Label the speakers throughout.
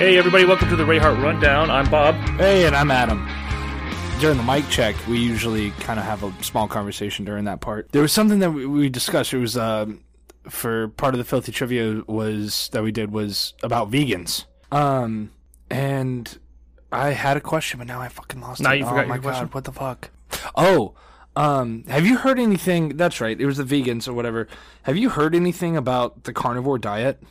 Speaker 1: Hey, everybody, welcome to the Ray Hart Rundown. I'm Bob.
Speaker 2: Hey, and I'm Adam. During the mic check, we usually kind of have a small conversation during that part. There was something that we, we discussed. It was um, for part of the filthy trivia was that we did was about vegans. Um, and I had a question, but now I fucking lost
Speaker 1: Now
Speaker 2: it.
Speaker 1: you
Speaker 2: oh
Speaker 1: forgot
Speaker 2: my
Speaker 1: your question.
Speaker 2: god, what the fuck? Oh, um, have you heard anything? That's right, it was the vegans or whatever. Have you heard anything about the carnivore diet?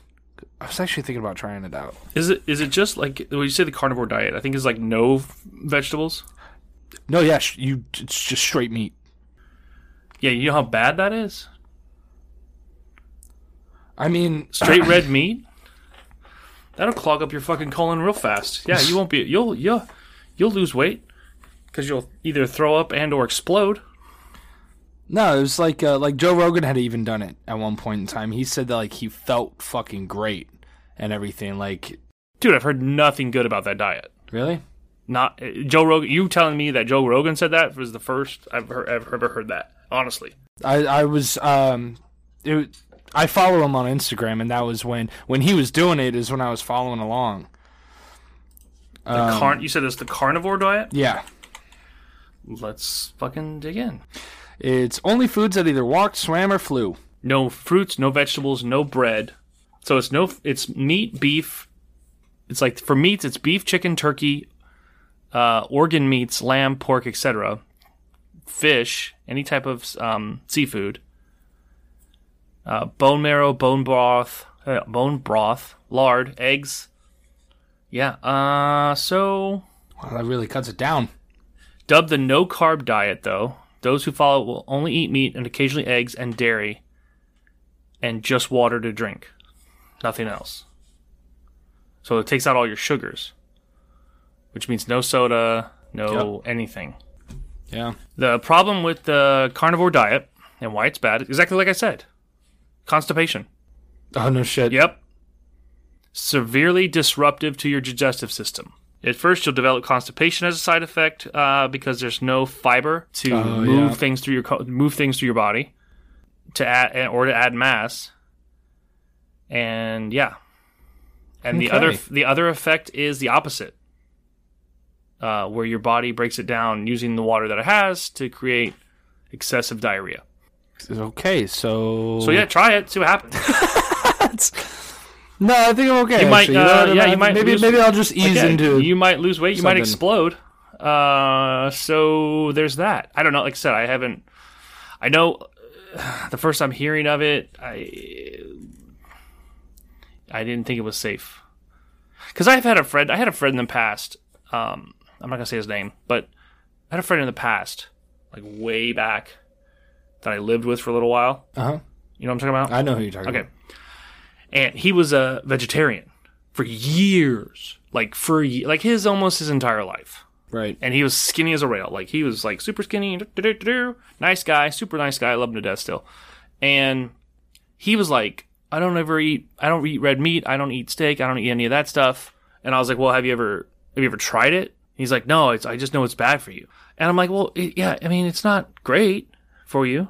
Speaker 2: I was actually thinking about trying it out.
Speaker 1: Is it is it just like when you say the carnivore diet? I think it's like no f- vegetables.
Speaker 2: No, yeah, sh- you it's just straight meat.
Speaker 1: Yeah, you know how bad that is.
Speaker 2: I mean,
Speaker 1: Straight red meat. That'll clog up your fucking colon real fast. Yeah, you won't be. You'll you'll you'll lose weight because you'll either throw up and or explode.
Speaker 2: No, it was like uh, like Joe Rogan had even done it at one point in time. He said that like he felt fucking great and everything. Like
Speaker 1: Dude, I've heard nothing good about that diet.
Speaker 2: really?
Speaker 1: Not uh, Joe Rogan. You telling me that Joe Rogan said that was the first I've heard, I've ever heard that. Honestly,
Speaker 2: I I was um, it, was- I follow him on Instagram, and that was when when he was doing it is when I was following along.
Speaker 1: the carn. You said it's the carnivore diet.
Speaker 2: Yeah,
Speaker 1: Let's fucking dig in.
Speaker 2: it's only foods that either walked, swam, or flew.
Speaker 1: no fruits, no vegetables, no bread. So it's no it's meat, beef. It's like for meats, it's beef, chicken, turkey, uh, organ meats, lamb, pork, etc. Fish, any type of um, seafood, uh, bone marrow, bone broth, uh, bone broth, lard, eggs. Yeah. Uh, so
Speaker 2: Wow, that really cuts it down.
Speaker 1: Dubbed the no carb diet, though, those who follow it will only eat meat and occasionally eggs and dairy and just water to drink. Nothing else. So it takes out all your sugars, which means no soda, no anything.
Speaker 2: Yeah,
Speaker 1: The problem with the carnivore diet and why it's bad is exactly like I said constipation.
Speaker 2: oh no shit.
Speaker 1: Yep. Severely disruptive to your digestive system. At first, you'll develop constipation as a side effect uh, because there's no fiber to
Speaker 2: Oh,
Speaker 1: move
Speaker 2: yeah.
Speaker 1: things through your co- move things through your body to add or to add mass. And yeah, and the
Speaker 2: Okay.
Speaker 1: other the other effect is the opposite, uh, where your body breaks it down using the water that it has to create excessive diarrhea.
Speaker 2: Okay, so
Speaker 1: So yeah, try it, see what happens.
Speaker 2: No, I think I'm okay.
Speaker 1: You might,
Speaker 2: actually.
Speaker 1: uh,
Speaker 2: know,
Speaker 1: yeah,
Speaker 2: I-
Speaker 1: you might
Speaker 2: Maybe
Speaker 1: lose-
Speaker 2: maybe I'll just ease
Speaker 1: Yeah,
Speaker 2: into.
Speaker 1: you might lose weight you might
Speaker 2: something.
Speaker 1: explode uh so there's that i don't know like i said i haven't i know uh, the first i'm hearing of it i i didn't think it was safe because i've had a friend i had a friend in the past um i'm not gonna say his name but i had a friend in the past like way back that i lived with for a little while
Speaker 2: Uh huh.
Speaker 1: you know what i'm talking about
Speaker 2: I know who you're talking
Speaker 1: Okay.
Speaker 2: about.
Speaker 1: And he was a vegetarian for years, like for ye- like his almost his entire life.
Speaker 2: Right.
Speaker 1: And he was skinny as a rail. Like he was like super skinny, do-do-do-do-do, nice guy, super nice guy. I love him to death still. And he was like, I don't ever eat. I don't eat red meat. I don't eat steak. I don't eat any of that stuff. And I was like, Well, have you ever have you ever tried it? He's like, No, it's I just know it's bad for you. And I'm like, Well, it, yeah. I mean, it's not great for you,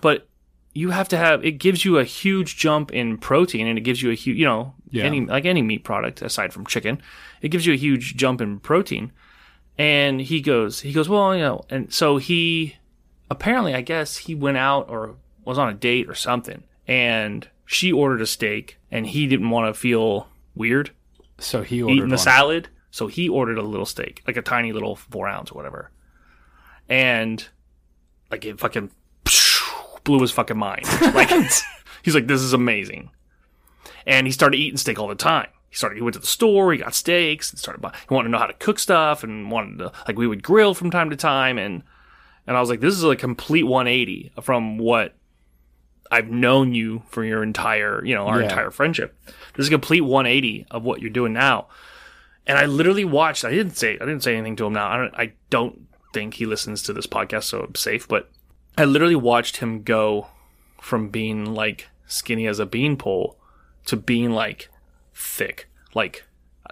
Speaker 1: but you have to have it gives you a huge jump in protein and it gives you a huge you know
Speaker 2: Yeah.
Speaker 1: any like any meat product aside from chicken it gives you a huge jump in protein and he goes he goes well you know and so he apparently i guess he went out or was on a date or something and she ordered a steak and he didn't want to feel weird
Speaker 2: So he ordered
Speaker 1: eating the
Speaker 2: one.
Speaker 1: salad. So he ordered a little steak, like a tiny little four ounce or whatever. And like it fucking blew his fucking mind. Like he's like, this is amazing. And he started eating steak all the time. He started, he went to the store, he got steaks and started buying, he wanted to know how to cook stuff and wanted to, like we would grill from time to time. And, and I was like, this is a complete 180 from what I've known you for your entire, you know, our
Speaker 2: Yeah.
Speaker 1: entire friendship. This is a complete 180 of what you're doing now. And I literally watched. I didn't say. I didn't say anything to him. Now I don't. I don't think he listens to this podcast, so I'm safe. But I literally watched him go from being like skinny as a beanpole to being like thick, like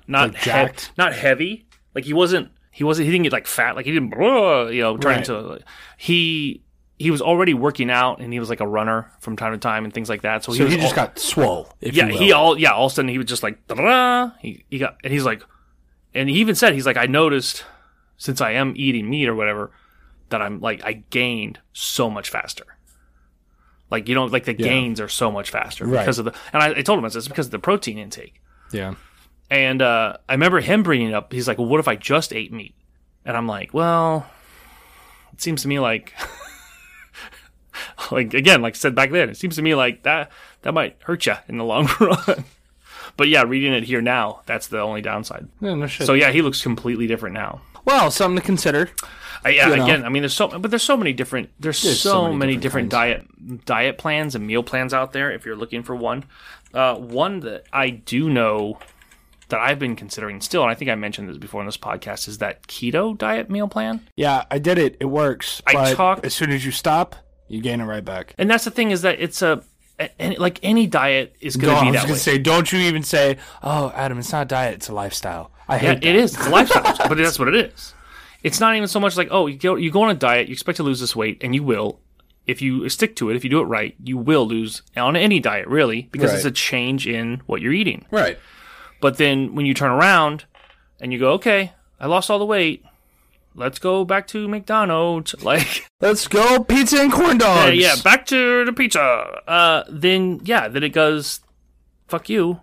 Speaker 1: not
Speaker 2: Like
Speaker 1: he-
Speaker 2: jacked?
Speaker 1: not heavy. Like he wasn't. He wasn't. He didn't get like fat. Like he didn't. "Ugh," You know, turn
Speaker 2: Right.
Speaker 1: into. He he was already working out and he was like a runner from time to time and things like that. So he,
Speaker 2: So
Speaker 1: was
Speaker 2: he just
Speaker 1: al-
Speaker 2: got swole. If
Speaker 1: yeah
Speaker 2: you will.
Speaker 1: he all yeah all of a sudden he was just like da he he got and he's like and he even said he's like I noticed since I am eating meat or whatever that I'm like I gained so much faster. Like you know like the gains are so much faster
Speaker 2: Right.
Speaker 1: because of the and I, I told him I said, it's because of the protein intake.
Speaker 2: yeah.
Speaker 1: And uh, I remember him bringing it up. He's like, "Well, what if I just ate meat?" And I'm like, "Well, it seems to me like, like again, like I said back then, it seems to me like that that might hurt you in the long run." but yeah, reading it here now, that's the only downside.
Speaker 2: Yeah, no shit.
Speaker 1: So yeah, he looks completely different now.
Speaker 2: well, something to consider.
Speaker 1: I, yeah,
Speaker 2: You know.
Speaker 1: again, I mean, there's so, but there's so many different, there's, so, many, different, diet diet plans and meal plans out there. If you're looking for one, uh, one that I do know that I've been considering still, and I think I mentioned this before in this podcast, is that keto diet meal plan.
Speaker 2: Yeah, I did it. It works. I but
Speaker 1: talked-
Speaker 2: as soon as you stop, you gain it right back.
Speaker 1: And that's the thing is that it's a, a- any- like any diet is going to
Speaker 2: Oh, I
Speaker 1: be
Speaker 2: was
Speaker 1: that
Speaker 2: gonna
Speaker 1: way.
Speaker 2: say, don't you even say, "Oh, Adam, it's not a diet; it's a lifestyle." I
Speaker 1: Yeah,
Speaker 2: hate
Speaker 1: it is. It's a lifestyle, but that's what it is. It's not even so much like, oh, you go, you go on a diet, you expect to lose this weight, and you will. If you stick to it, if you do it right, you will lose on any diet, really, because it's
Speaker 2: Right.
Speaker 1: a change in what you're eating.
Speaker 2: right.
Speaker 1: But then when you turn around and you go, okay, I lost all the weight, let's go back to McDonald's. Like,
Speaker 2: Let's go pizza and corn dogs.
Speaker 1: yeah, yeah, back to the pizza. Uh, then, yeah, then it goes, fuck you.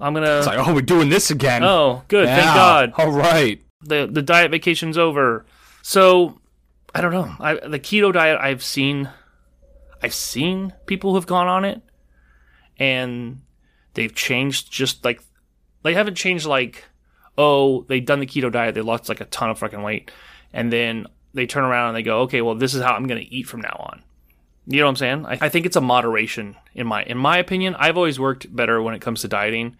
Speaker 1: I'm going
Speaker 2: It's
Speaker 1: to.
Speaker 2: like, oh, we're doing this again.
Speaker 1: Oh, good.
Speaker 2: Yeah.
Speaker 1: Thank God.
Speaker 2: All right.
Speaker 1: the the diet vacation's over. So I don't know. I, the keto diet I've seen, I've seen people who've gone on it, and they've changed just like they haven't changed like oh they've done the keto diet they lost like a ton of fucking weight and then they turn around and they go okay well this is how I'm gonna eat from now on. You know what I'm saying? I, I think it's a moderation in my in my opinion. I've always worked better when it comes to dieting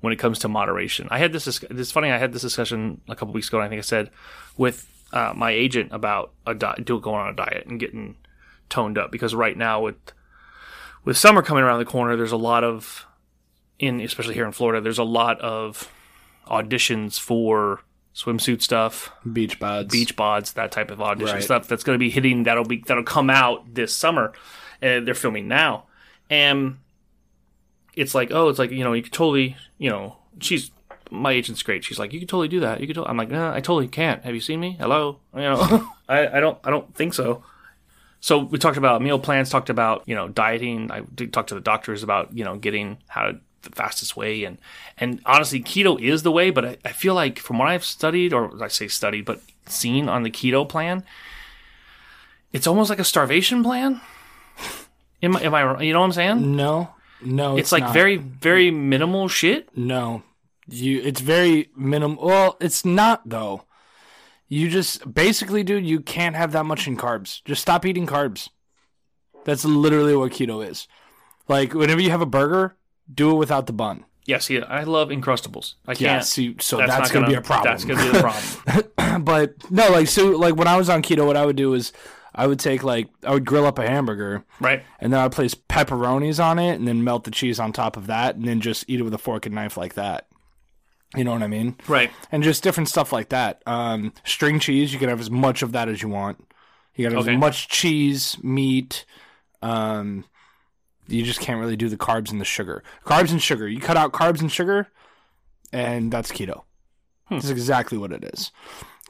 Speaker 1: when it comes to moderation. I had this. dis- It's funny. I had this discussion a couple weeks ago. And I think I said with uh, my agent about a di- do- going on a diet and getting toned up because right now with with summer coming around the corner, there's a lot of in especially here in Florida, there's a lot of auditions for swimsuit stuff,
Speaker 2: Beach bods.
Speaker 1: beach bods, that type of audition
Speaker 2: Right.
Speaker 1: stuff that's going to be hitting. That'll be that'll come out this summer, and they're filming now, and it's like oh, it's like you know you could totally you know she's my agent's great. She's like you could totally do that. You could. To-. I'm like nah, I totally can't. Have you seen me? Hello, you know I, I don't I don't think so. So we talked about meal plans, talked about you know dieting. I did talk to the doctors about you know getting how to, the fastest way, and and honestly, keto is the way. But I, I feel like from what I've studied, or I say studied, but seen on the keto plan, it's almost like a starvation plan. Am I, am I you know what I'm saying?
Speaker 2: No, no.
Speaker 1: It's, like
Speaker 2: not.
Speaker 1: very very minimal shit.
Speaker 2: no. You. It's very minimal. Well, it's not though. You just basically, dude. You can't have that much in carbs. Just stop eating carbs. That's literally what keto is. Like whenever you have a burger, do it without the bun.
Speaker 1: Yes, yeah, I love Encrustables. I can't.
Speaker 2: Yeah. See, so
Speaker 1: that's
Speaker 2: that's,
Speaker 1: not
Speaker 2: gonna,
Speaker 1: gonna
Speaker 2: be a problem.
Speaker 1: That's gonna be the problem.
Speaker 2: but no, like so, like when I was on keto, what I would do is I would take like I would grill up a hamburger.
Speaker 1: right.
Speaker 2: and then I place pepperonis on it, and then melt the cheese on top of that, and then just eat it with a fork and knife like that. You know what I mean?
Speaker 1: Right.
Speaker 2: And just different stuff like that. Um, string cheese, you can have as much of that as you want. You got
Speaker 1: Okay.
Speaker 2: as much cheese, meat. Um, you just can't really do the carbs and the sugar. Carbs and sugar. You cut out carbs and sugar, and that's keto.
Speaker 1: Hmm.
Speaker 2: That's exactly what it is.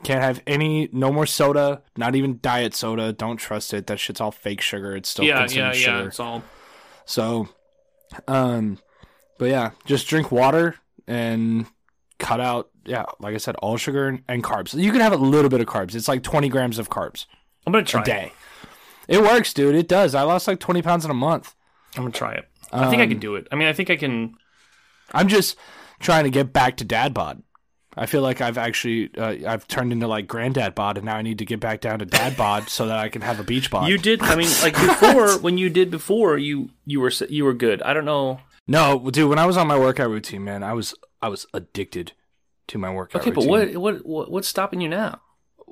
Speaker 2: Can't have any, no more soda, not even diet soda. Don't trust it. That shit's all fake sugar. It's still
Speaker 1: Yeah. Yeah.
Speaker 2: considered
Speaker 1: Yeah.
Speaker 2: sugar.
Speaker 1: It's all.
Speaker 2: So, um, but yeah, just drink water and cut out, yeah, like I said, all sugar and, and carbs. You can have a little bit of carbs. It's like 20 grams of carbs
Speaker 1: I'm gonna try.
Speaker 2: a
Speaker 1: it.
Speaker 2: day. It works, dude. It does. I lost like 20 pounds in a month.
Speaker 1: I'm gonna try it. I think I
Speaker 2: Um,
Speaker 1: can do it. I mean, I think I can.
Speaker 2: I'm just trying to get back to dad bod. I feel like I've actually uh, I've turned into like granddad bod, and now I need to get back down to dad bod so that I can have a beach bod.
Speaker 1: You did. I mean, like before when you did before, you you were s- you were good. I don't know.
Speaker 2: no, dude. When I was on my workout routine, man, I was I was addicted to my workout.
Speaker 1: Okay, but
Speaker 2: routine.
Speaker 1: what what what what's stopping you now?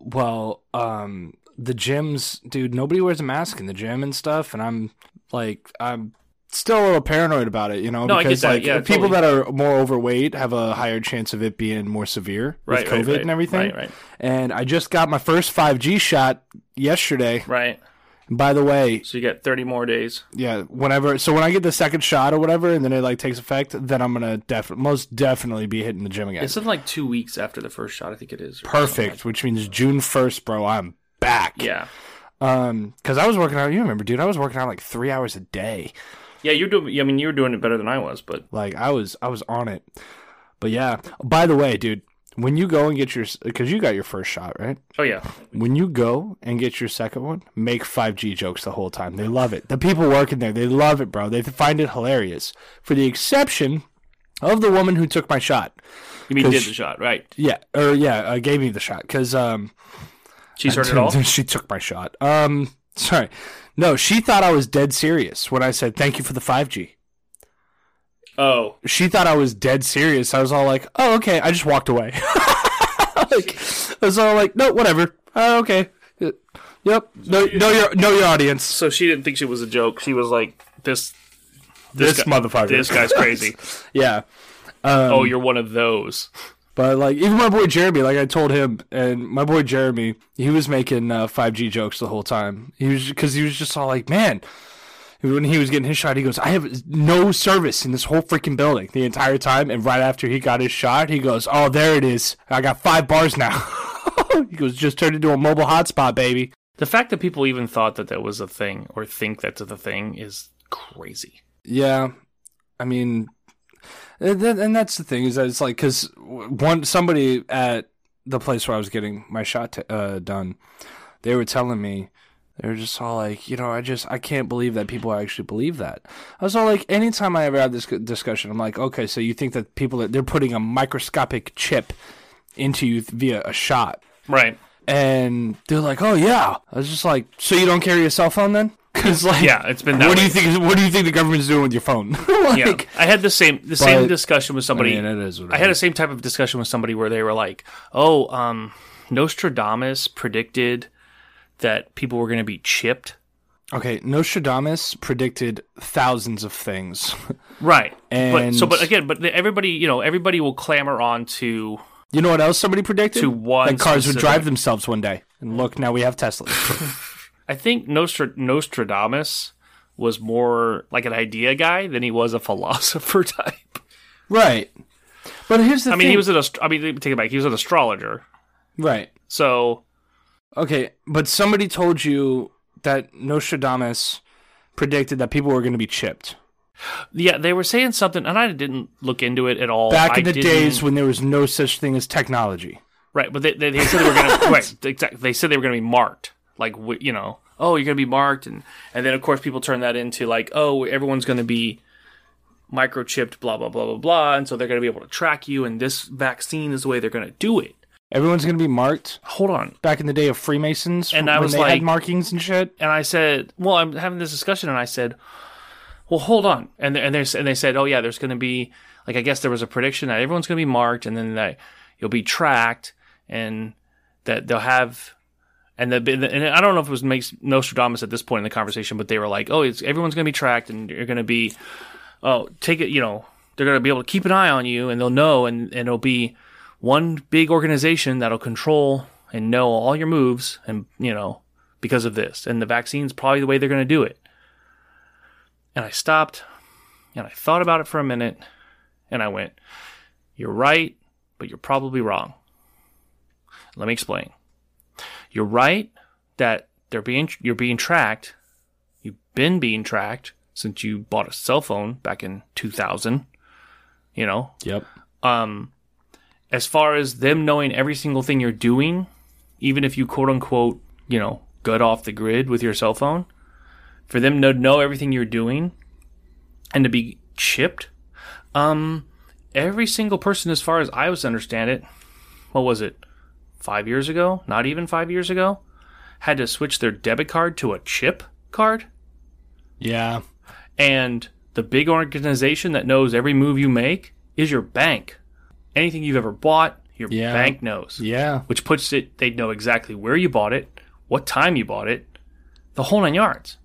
Speaker 2: well um the gyms dude nobody wears a mask in the gym and stuff and i'm like i'm still a little paranoid about it you know
Speaker 1: No, I get
Speaker 2: because
Speaker 1: that.
Speaker 2: like
Speaker 1: Yeah,
Speaker 2: people
Speaker 1: totally.
Speaker 2: that are more overweight have a higher chance of it being more severe
Speaker 1: Right,
Speaker 2: with
Speaker 1: right,
Speaker 2: covid
Speaker 1: right.
Speaker 2: and everything
Speaker 1: Right, right.
Speaker 2: and i just got my first 5g shot yesterday
Speaker 1: Right.
Speaker 2: By the way,
Speaker 1: So you get 30 more days.
Speaker 2: yeah, whenever so when I get the second shot or whatever, and then it like takes effect, then I'm gonna def- most definitely be hitting the gym again.
Speaker 1: It's something like two weeks after the first shot, I think it is. or something
Speaker 2: Perfect, which means June first, bro. I'm back.
Speaker 1: like- yeah.
Speaker 2: Um, because I was working out. You remember, dude? I was working out like three hours a day.
Speaker 1: Yeah, you're doing, I mean, you were doing it better than I was, but
Speaker 2: Like I was, I was on it. But yeah. By the way, dude, when you go and get your, because you got your first shot, right?
Speaker 1: oh yeah.
Speaker 2: When you go and get your second one, make 5G jokes the whole time. They love it. The people working there, they love it, bro. They find it hilarious. For the exception of the woman who took my shot.
Speaker 1: You mean did
Speaker 2: she-
Speaker 1: the shot, right?
Speaker 2: Yeah, or yeah, uh, gave me the shot because um,
Speaker 1: She's heard it all?
Speaker 2: she took my shot. Um, sorry, no, she thought I was dead serious when I said thank you for the 5G.
Speaker 1: Oh.
Speaker 2: she thought I was dead serious. I was all like, "Oh, okay." I just walked away. like, I was all like, "No, whatever. Uh, okay. Uh, Yep. No, know your know your audience.
Speaker 1: So she didn't think she was a joke. She was like, this,
Speaker 2: This,
Speaker 1: guy-
Speaker 2: motherfucker. Um,
Speaker 1: this guy's crazy.
Speaker 2: yeah."
Speaker 1: oh, you're one of those.
Speaker 2: But like, even my boy Jeremy, like I told him, and my boy Jeremy, he was making uh, 5G jokes the whole time. He was because he was just all like, "Man." When he was getting his shot, he goes, "I have no service in this whole freaking building the entire time." And right after he got his shot, he goes, "Oh, there it is. I got five bars now." he goes, "Just turned into a mobile hotspot, baby."
Speaker 1: The fact that people even thought that that was a thing or think that's a thing is crazy.
Speaker 2: Yeah, I mean, and that- and that's the thing is that it's like because one somebody at the place where I was getting my shot t- uh, done, they were telling me they were just all like, you know, I just I can't believe that people actually believe that. I was all like, anytime I ever have this c- discussion, I'm like, okay, so you think that people that they're putting a microscopic chip into you th- via a shot,
Speaker 1: Right.
Speaker 2: and they're like, oh yeah. I was just like, so you don't carry a cell phone then? Because like,
Speaker 1: Yeah, it's been that
Speaker 2: what do
Speaker 1: way.
Speaker 2: you think? What do you think the government's doing with your phone?
Speaker 1: Yeah.
Speaker 2: like,
Speaker 1: I had the same the same
Speaker 2: But-
Speaker 1: discussion with somebody.
Speaker 2: I mean, it is what it
Speaker 1: I had the
Speaker 2: is.
Speaker 1: same type of discussion with somebody where they were like, "Oh, um, Nostradamus predicted that people were going to be chipped."
Speaker 2: Okay, Nostradamus predicted thousands of things.
Speaker 1: Right. but
Speaker 2: And-
Speaker 1: so but again, but everybody, you know, everybody will clamor on to
Speaker 2: You know what else somebody predicted?
Speaker 1: To one
Speaker 2: that cars would
Speaker 1: specific-
Speaker 2: drive themselves one day. And look, now we have Tesla.
Speaker 1: I think Nostra- Nostradamus was more like an idea guy than he was a philosopher type.
Speaker 2: right. But here's the
Speaker 1: I
Speaker 2: thing.
Speaker 1: mean, he was an ast- I mean, let me take it back. He was an astrologer.
Speaker 2: right.
Speaker 1: So,
Speaker 2: Okay, but somebody told you that Nostradamus predicted that people were going to be chipped.
Speaker 1: yeah, they were saying something and I didn't look into it at all.
Speaker 2: Back
Speaker 1: I
Speaker 2: in the
Speaker 1: didn't-
Speaker 2: days when there was no such thing as technology.
Speaker 1: Right, but they, they, they said they were going to right. Exactly, they said they were going to be marked, like wi- you know, oh, you're going to be marked, and and then of course people turn that into like, oh, everyone's going to be microchipped, blah blah blah blah blah, and so they're going to be able to track you, and this vaccine is the way they're going to do it.
Speaker 2: Everyone's going to be marked.
Speaker 1: Hold on,
Speaker 2: Back in the day of Freemasons,
Speaker 1: And I
Speaker 2: when
Speaker 1: was
Speaker 2: they
Speaker 1: like-
Speaker 2: had markings and shit.
Speaker 1: and I said, well, I'm having this discussion, and I said, well, hold on, and they- and they and they said, oh yeah, there's going to be like I guess there was a prediction that everyone's going to be marked, and then that you'll be tracked, and that they'll have, and the and I don't know if it was makes Nostradamus at this point in the conversation, but they were like, oh, it's everyone's going to be tracked, and you're going to be, oh, take it, you know, they're going to be able to keep an eye on you, and they'll know, and and it'll be one big organization that'll control and know all your moves, and you know because of this. And the vaccine's probably the way they're going to do it. And I stopped and I thought about it for a minute and I went, You're right, but you're probably wrong. Let me explain. You're right that they're being you're being tracked. You've been being tracked since you bought a cell phone back in 2000, you know,
Speaker 2: Yep.
Speaker 1: um, as far as them knowing every single thing you're doing, even if you quote unquote, you know, gut off the grid with your cell phone, for them to know everything you're doing and to be chipped, um, every single person, as far as I was to understand it, what was it, five years ago? Not even five years ago, had to switch their debit card to a chip card
Speaker 2: Yeah.
Speaker 1: and the big organization that knows every move you make is your bank. Anything you've ever bought, your
Speaker 2: Yeah.
Speaker 1: bank knows.
Speaker 2: Yeah.
Speaker 1: Which puts it, they know exactly where you bought it, what time you bought it, the whole nine yards.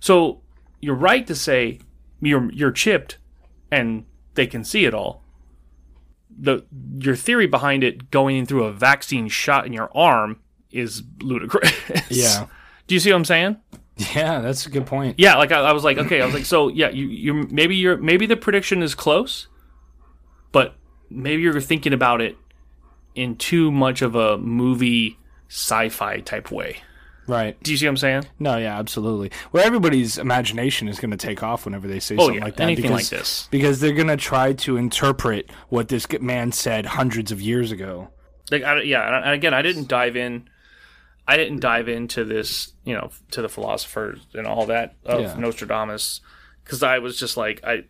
Speaker 1: So you're right to say you're you're chipped, and they can see it all. The your theory behind it going through a vaccine shot in your arm is ludicrous.
Speaker 2: Yeah.
Speaker 1: Do Do you see what I'm saying?
Speaker 2: Yeah, that's a good point.
Speaker 1: Yeah, like I, I was like, okay, I was like, so yeah, you you maybe you're maybe the prediction is close, but maybe you're thinking about it in too much of a movie sci-fi type way.
Speaker 2: Right.
Speaker 1: Do you see what I'm saying?
Speaker 2: No, yeah, absolutely. Well, everybody's imagination is going to take off whenever they say
Speaker 1: Oh
Speaker 2: something
Speaker 1: yeah,
Speaker 2: like that.
Speaker 1: anything
Speaker 2: because,
Speaker 1: like this.
Speaker 2: Because they're going to try to interpret what this g- man said hundreds of years ago.
Speaker 1: Like I, yeah, and again, I didn't dive in. I didn't dive into this, you know, to the philosophers and all that of
Speaker 2: Yeah.
Speaker 1: Nostradamus because I was just like I,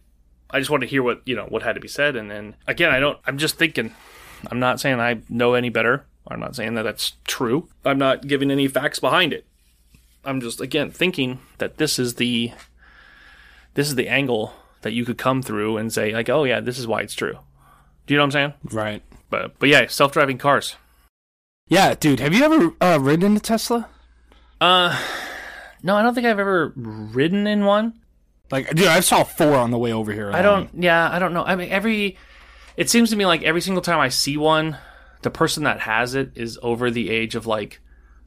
Speaker 1: I just wanted to hear what you know what had to be said, and then again, I don't. I'm just thinking. I'm not saying I know any better. I'm not saying that that's true. I'm not giving any facts behind it. I'm just again thinking that this is the this is the angle that you could come through and say like, "Oh yeah, this is why it's true." Do you know what I'm saying?
Speaker 2: Right.
Speaker 1: But but yeah, self-driving cars.
Speaker 2: Yeah, dude, have you ever uh, ridden in a Tesla?
Speaker 1: No, I don't think I've ever ridden in one.
Speaker 2: Like, dude, I saw four on the way over here.
Speaker 1: I don't. Yeah, I don't know. I mean, every. It seems to me like every single time I see one, the person that has it is over the age of like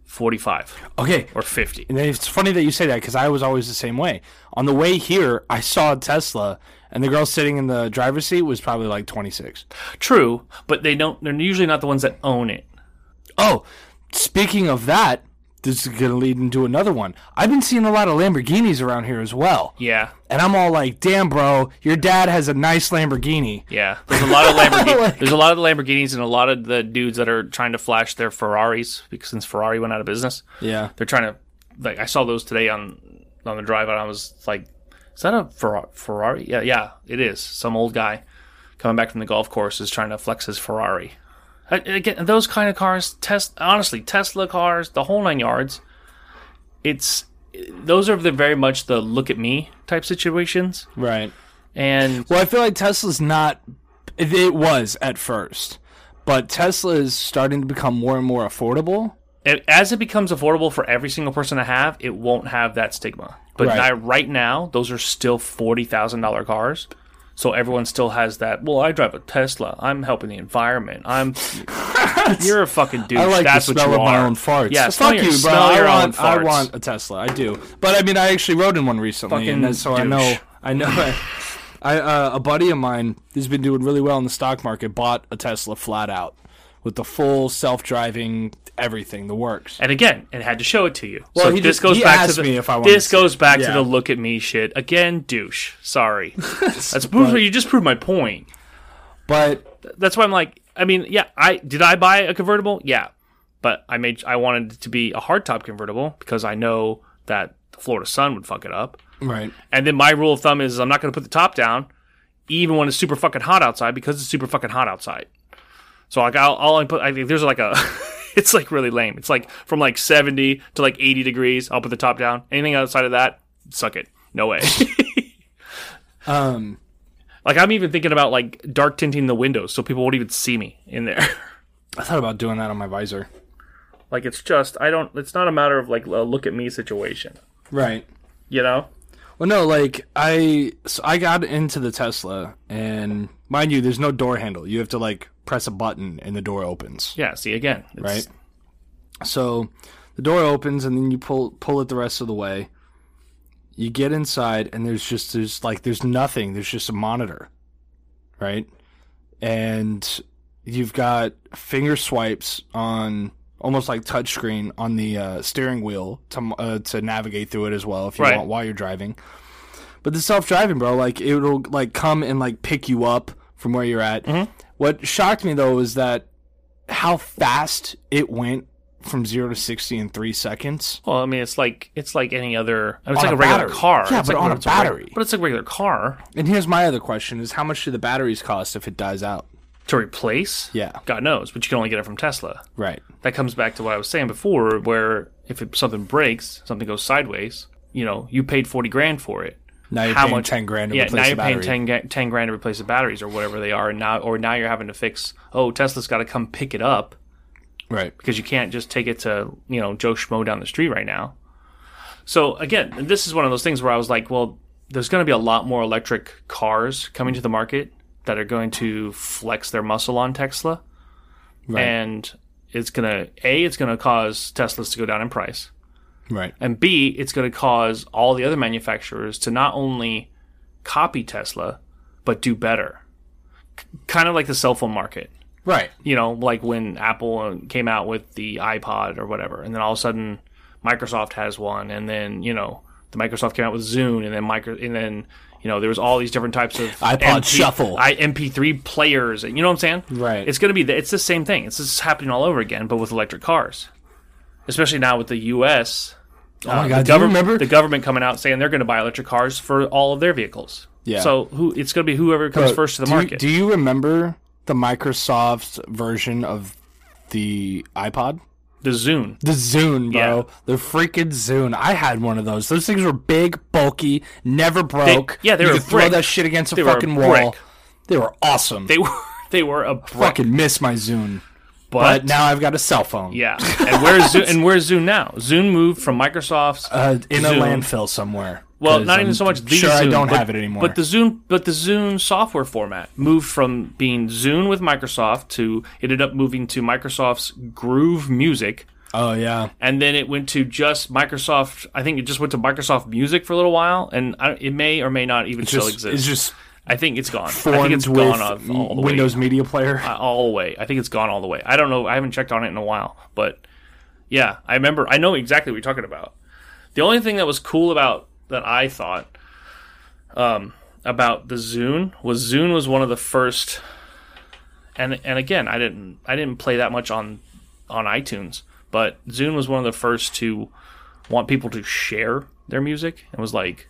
Speaker 1: forty-five
Speaker 2: Okay.
Speaker 1: or fifty.
Speaker 2: And it's funny that you say that because I was always the same way. On the way here, I saw a Tesla, and the girl sitting in the driver's seat was probably like 26.
Speaker 1: True, but they don't. They're usually not the ones that own it.
Speaker 2: Oh, speaking of that, this is going to lead into another one. I've been seeing a lot of Lamborghinis around here as well.
Speaker 1: Yeah,
Speaker 2: And I'm all like, damn, bro, your dad has a nice Lamborghini.
Speaker 1: yeah. There's a lot of Lamborghini. there's a lot of the Lamborghinis and a lot of the dudes that are trying to flash their Ferraris because since Ferrari went out of business,
Speaker 2: Yeah.
Speaker 1: they're trying to like I saw those today on on the drive and I was like is that a Ferra- Ferrari? Yeah, yeah, it is. Some old guy coming back from the golf course is trying to flex his Ferrari. I- Again, those kind of cars, test honestly, Tesla cars, the whole nine yards. It's those are the very much the look at me type situations,
Speaker 2: Right.
Speaker 1: and
Speaker 2: Well, I feel like Tesla's not. It was at first, but Tesla is starting to become more and more affordable.
Speaker 1: a- as it becomes affordable for every single person to have, it won't have that stigma. But
Speaker 2: Right.
Speaker 1: right, right now, those are still forty thousand dollar cars. So everyone still has that. Well, I drive a Tesla. I'm helping the environment. I'm. you're a fucking douche.
Speaker 2: I like
Speaker 1: That's
Speaker 2: the
Speaker 1: what
Speaker 2: smell
Speaker 1: you
Speaker 2: of my
Speaker 1: are.
Speaker 2: own farts.
Speaker 1: Yeah, smell
Speaker 2: fuck
Speaker 1: your,
Speaker 2: you, bro.
Speaker 1: Smell
Speaker 2: I
Speaker 1: your
Speaker 2: want,
Speaker 1: own farts.
Speaker 2: I want a Tesla. I do, but I mean, I actually rode in one recently,
Speaker 1: Fucking
Speaker 2: and that's- so I
Speaker 1: douche.
Speaker 2: know. I know. I, I uh, a buddy of mine who's been doing really well in the stock market bought a Tesla flat out with the full self-driving everything, the works.
Speaker 1: And again, it had to show it to you. Well,
Speaker 2: he
Speaker 1: this
Speaker 2: just-
Speaker 1: goes
Speaker 2: he
Speaker 1: back
Speaker 2: asked
Speaker 1: to the,
Speaker 2: me if I wanted
Speaker 1: this
Speaker 2: to see
Speaker 1: goes back
Speaker 2: Yeah.
Speaker 1: to the look at me shit again. Douche. Sorry. That's proof. You just proved my point.
Speaker 2: But
Speaker 1: that's why I'm like, I mean, yeah, I did I buy a convertible? Yeah, but I made I wanted it to be a hardtop convertible because I know that the Florida sun would fuck it up.
Speaker 2: right,
Speaker 1: And then my rule of thumb is I'm not going to put the top down, even when it's super fucking hot outside because it's super fucking hot outside. So like I'll, I'll only put I think there's like a it's like really lame. It's like from like 70 to like 80 degrees. I'll put the top down. Anything outside of that, suck it. No way.
Speaker 2: um,
Speaker 1: like I'm even thinking about like dark tinting the windows so people won't even see me in there.
Speaker 2: I thought about doing that on my visor.
Speaker 1: Like it's just I don't. It's not a matter of like a look at me situation.
Speaker 2: Right.
Speaker 1: You know.
Speaker 2: Well, no, like I, so I got into the Tesla, and mind you, there's no door handle. You have to like press a button, and the door opens.
Speaker 1: Yeah. See again. It's,
Speaker 2: Right. So, the door opens, and then you pull pull it the rest of the way. You get inside, and there's just there's like there's nothing. There's just a monitor, right? And you've got finger swipes on almost like touchscreen on the uh, steering wheel to uh, to navigate through it as well if you
Speaker 1: Right.
Speaker 2: want while you're driving. But the self driving, bro, like it'll like come and like pick you up from where you're at.
Speaker 1: Mm-hmm.
Speaker 2: What shocked me though is that how fast it went from zero to sixty in three seconds.
Speaker 1: Well, I mean, it's like it's like any other. I mean, it's like
Speaker 2: On a
Speaker 1: a regular
Speaker 2: battery.
Speaker 1: car.
Speaker 2: Yeah,
Speaker 1: It's
Speaker 2: but
Speaker 1: like
Speaker 2: on a
Speaker 1: it's reg-
Speaker 2: battery.
Speaker 1: but it's a regular car
Speaker 2: And here's my other question: is how much do the batteries cost if it dies out?
Speaker 1: to replace.
Speaker 2: Yeah.
Speaker 1: God knows, but you can only get it from Tesla.
Speaker 2: Right.
Speaker 1: That comes back to what I was saying before, where if it, something breaks, something goes sideways. You know, you paid forty grand for it.
Speaker 2: Now you're
Speaker 1: How
Speaker 2: paying
Speaker 1: much-
Speaker 2: ten grand to
Speaker 1: yeah,
Speaker 2: replace
Speaker 1: now
Speaker 2: the
Speaker 1: you're paying
Speaker 2: battery.
Speaker 1: 10, ga- 10 grand to replace the batteries or whatever they are, and now or now you're having to fix. Oh, Tesla's got to come pick it up.
Speaker 2: Right.
Speaker 1: because you can't just take it to you know Joe Schmo down the street right now. So again, this is one of those things where I was like, well, there's going to be a lot more electric cars coming to the market that are going to flex their muscle on Tesla,
Speaker 2: Right.
Speaker 1: and it's gonna a it's gonna cause Teslas to go down in price,
Speaker 2: Right.
Speaker 1: And B, it's going to cause all the other manufacturers to not only copy Tesla, but do better. C- kind of like the cell phone market.
Speaker 2: Right.
Speaker 1: You know, like when Apple uh, came out with the iPod or whatever, and then all of a sudden Microsoft has one, and then, you know, the Microsoft came out with Zune, and then micro, and then you know there was all these different types of
Speaker 2: iPod Shuffle.
Speaker 1: I, MP3 players, and you know what I'm saying?
Speaker 2: Right.
Speaker 1: It's going to be the, it's the same thing. It's just happening all over again, but with electric cars, especially now with the U.S.
Speaker 2: Oh my
Speaker 1: Uh, the
Speaker 2: god. Do you
Speaker 1: government,
Speaker 2: remember?
Speaker 1: the government coming out saying they're going to buy electric cars for all of their vehicles.
Speaker 2: Yeah.
Speaker 1: So who it's going to be whoever comes first to the
Speaker 2: do
Speaker 1: market.
Speaker 2: You, do you remember the Microsoft version of the iPod?
Speaker 1: the Zune.
Speaker 2: The Zune,
Speaker 1: Yeah.
Speaker 2: bro. The freaking Zune. I had one of those. Those things were big, bulky, never broke.
Speaker 1: yeah, they
Speaker 2: you
Speaker 1: were
Speaker 2: could throw
Speaker 1: brick.
Speaker 2: that shit against a
Speaker 1: were
Speaker 2: fucking
Speaker 1: brick.
Speaker 2: wall. They were awesome.
Speaker 1: They were they were a brick,
Speaker 2: fucking miss my Zune.
Speaker 1: but,
Speaker 2: But now I've got a cell phone.
Speaker 1: yeah. And where's Zune, and where's Zune now? Zune moved from Microsoft's
Speaker 2: Uh, in a
Speaker 1: Zune.
Speaker 2: landfill somewhere.
Speaker 1: Well,
Speaker 2: 'Cause
Speaker 1: not even
Speaker 2: I'm
Speaker 1: so much the
Speaker 2: sure I
Speaker 1: Zune,
Speaker 2: don't
Speaker 1: but-
Speaker 2: have it anymore.
Speaker 1: But the Zune, but the Zune software format moved from being Zune with Microsoft to it ended up moving to Microsoft's Groove Music,
Speaker 2: oh yeah,
Speaker 1: and then it went to just Microsoft. I think it just went to Microsoft Music for a little while, and I, it may or may not even still
Speaker 2: just,
Speaker 1: exist.
Speaker 2: it's just
Speaker 1: I think it's gone. I
Speaker 2: formed
Speaker 1: think it's
Speaker 2: with
Speaker 1: gone off all the way.
Speaker 2: Windows Media Player.
Speaker 1: Uh, all the way. I think it's gone all the way. I don't know. I haven't checked on it in a while, but yeah, I remember. I know exactly what you're talking about. The only thing that was cool about that I thought um, about the Zune was Zune was one of the first, and and again, I didn't I didn't play that much on on iTunes, but Zune was one of the first to want people to share their music and was like,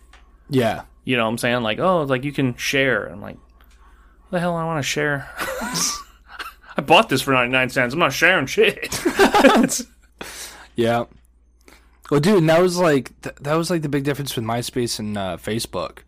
Speaker 2: yeah,
Speaker 1: you know, what I'm saying like, oh, like you can share. I'm like, what the hell, I want to share. I bought this for 99 cents. I'm not sharing shit.
Speaker 2: yeah. Well, dude, and that was like th- that was like the big difference with MySpace and uh, Facebook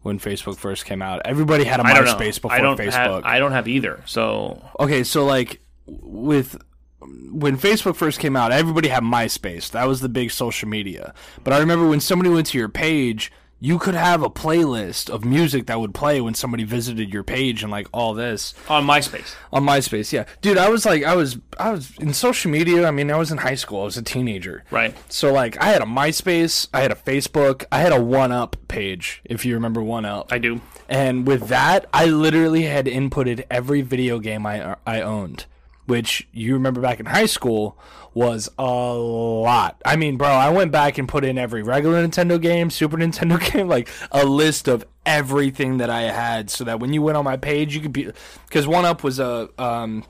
Speaker 2: when Facebook first came out. Everybody had a
Speaker 1: I don't know.
Speaker 2: MySpace before
Speaker 1: I don't
Speaker 2: Facebook.
Speaker 1: have. I don't have either. So
Speaker 2: okay, so like with when Facebook first came out, everybody had MySpace. That was the big social media. But I remember when somebody went to your page, you could have a playlist of music that would play when somebody visited your page and like all this.
Speaker 1: on MySpace,
Speaker 2: On MySpace, yeah, dude. I was like, I was, I was in social media. I mean, I was in high school. I was a teenager,
Speaker 1: right?
Speaker 2: So like, I had a MySpace, I had a Facebook, I had a One Up page, if you remember One Up.
Speaker 1: I do.
Speaker 2: And with that, I literally had inputted every video game I I owned, which you remember back in high school was a lot. I mean, bro, I went back and put in every regular Nintendo game, Super Nintendo game, like a list of everything that I had, so that when you went on my page, you could be because One Up was a um,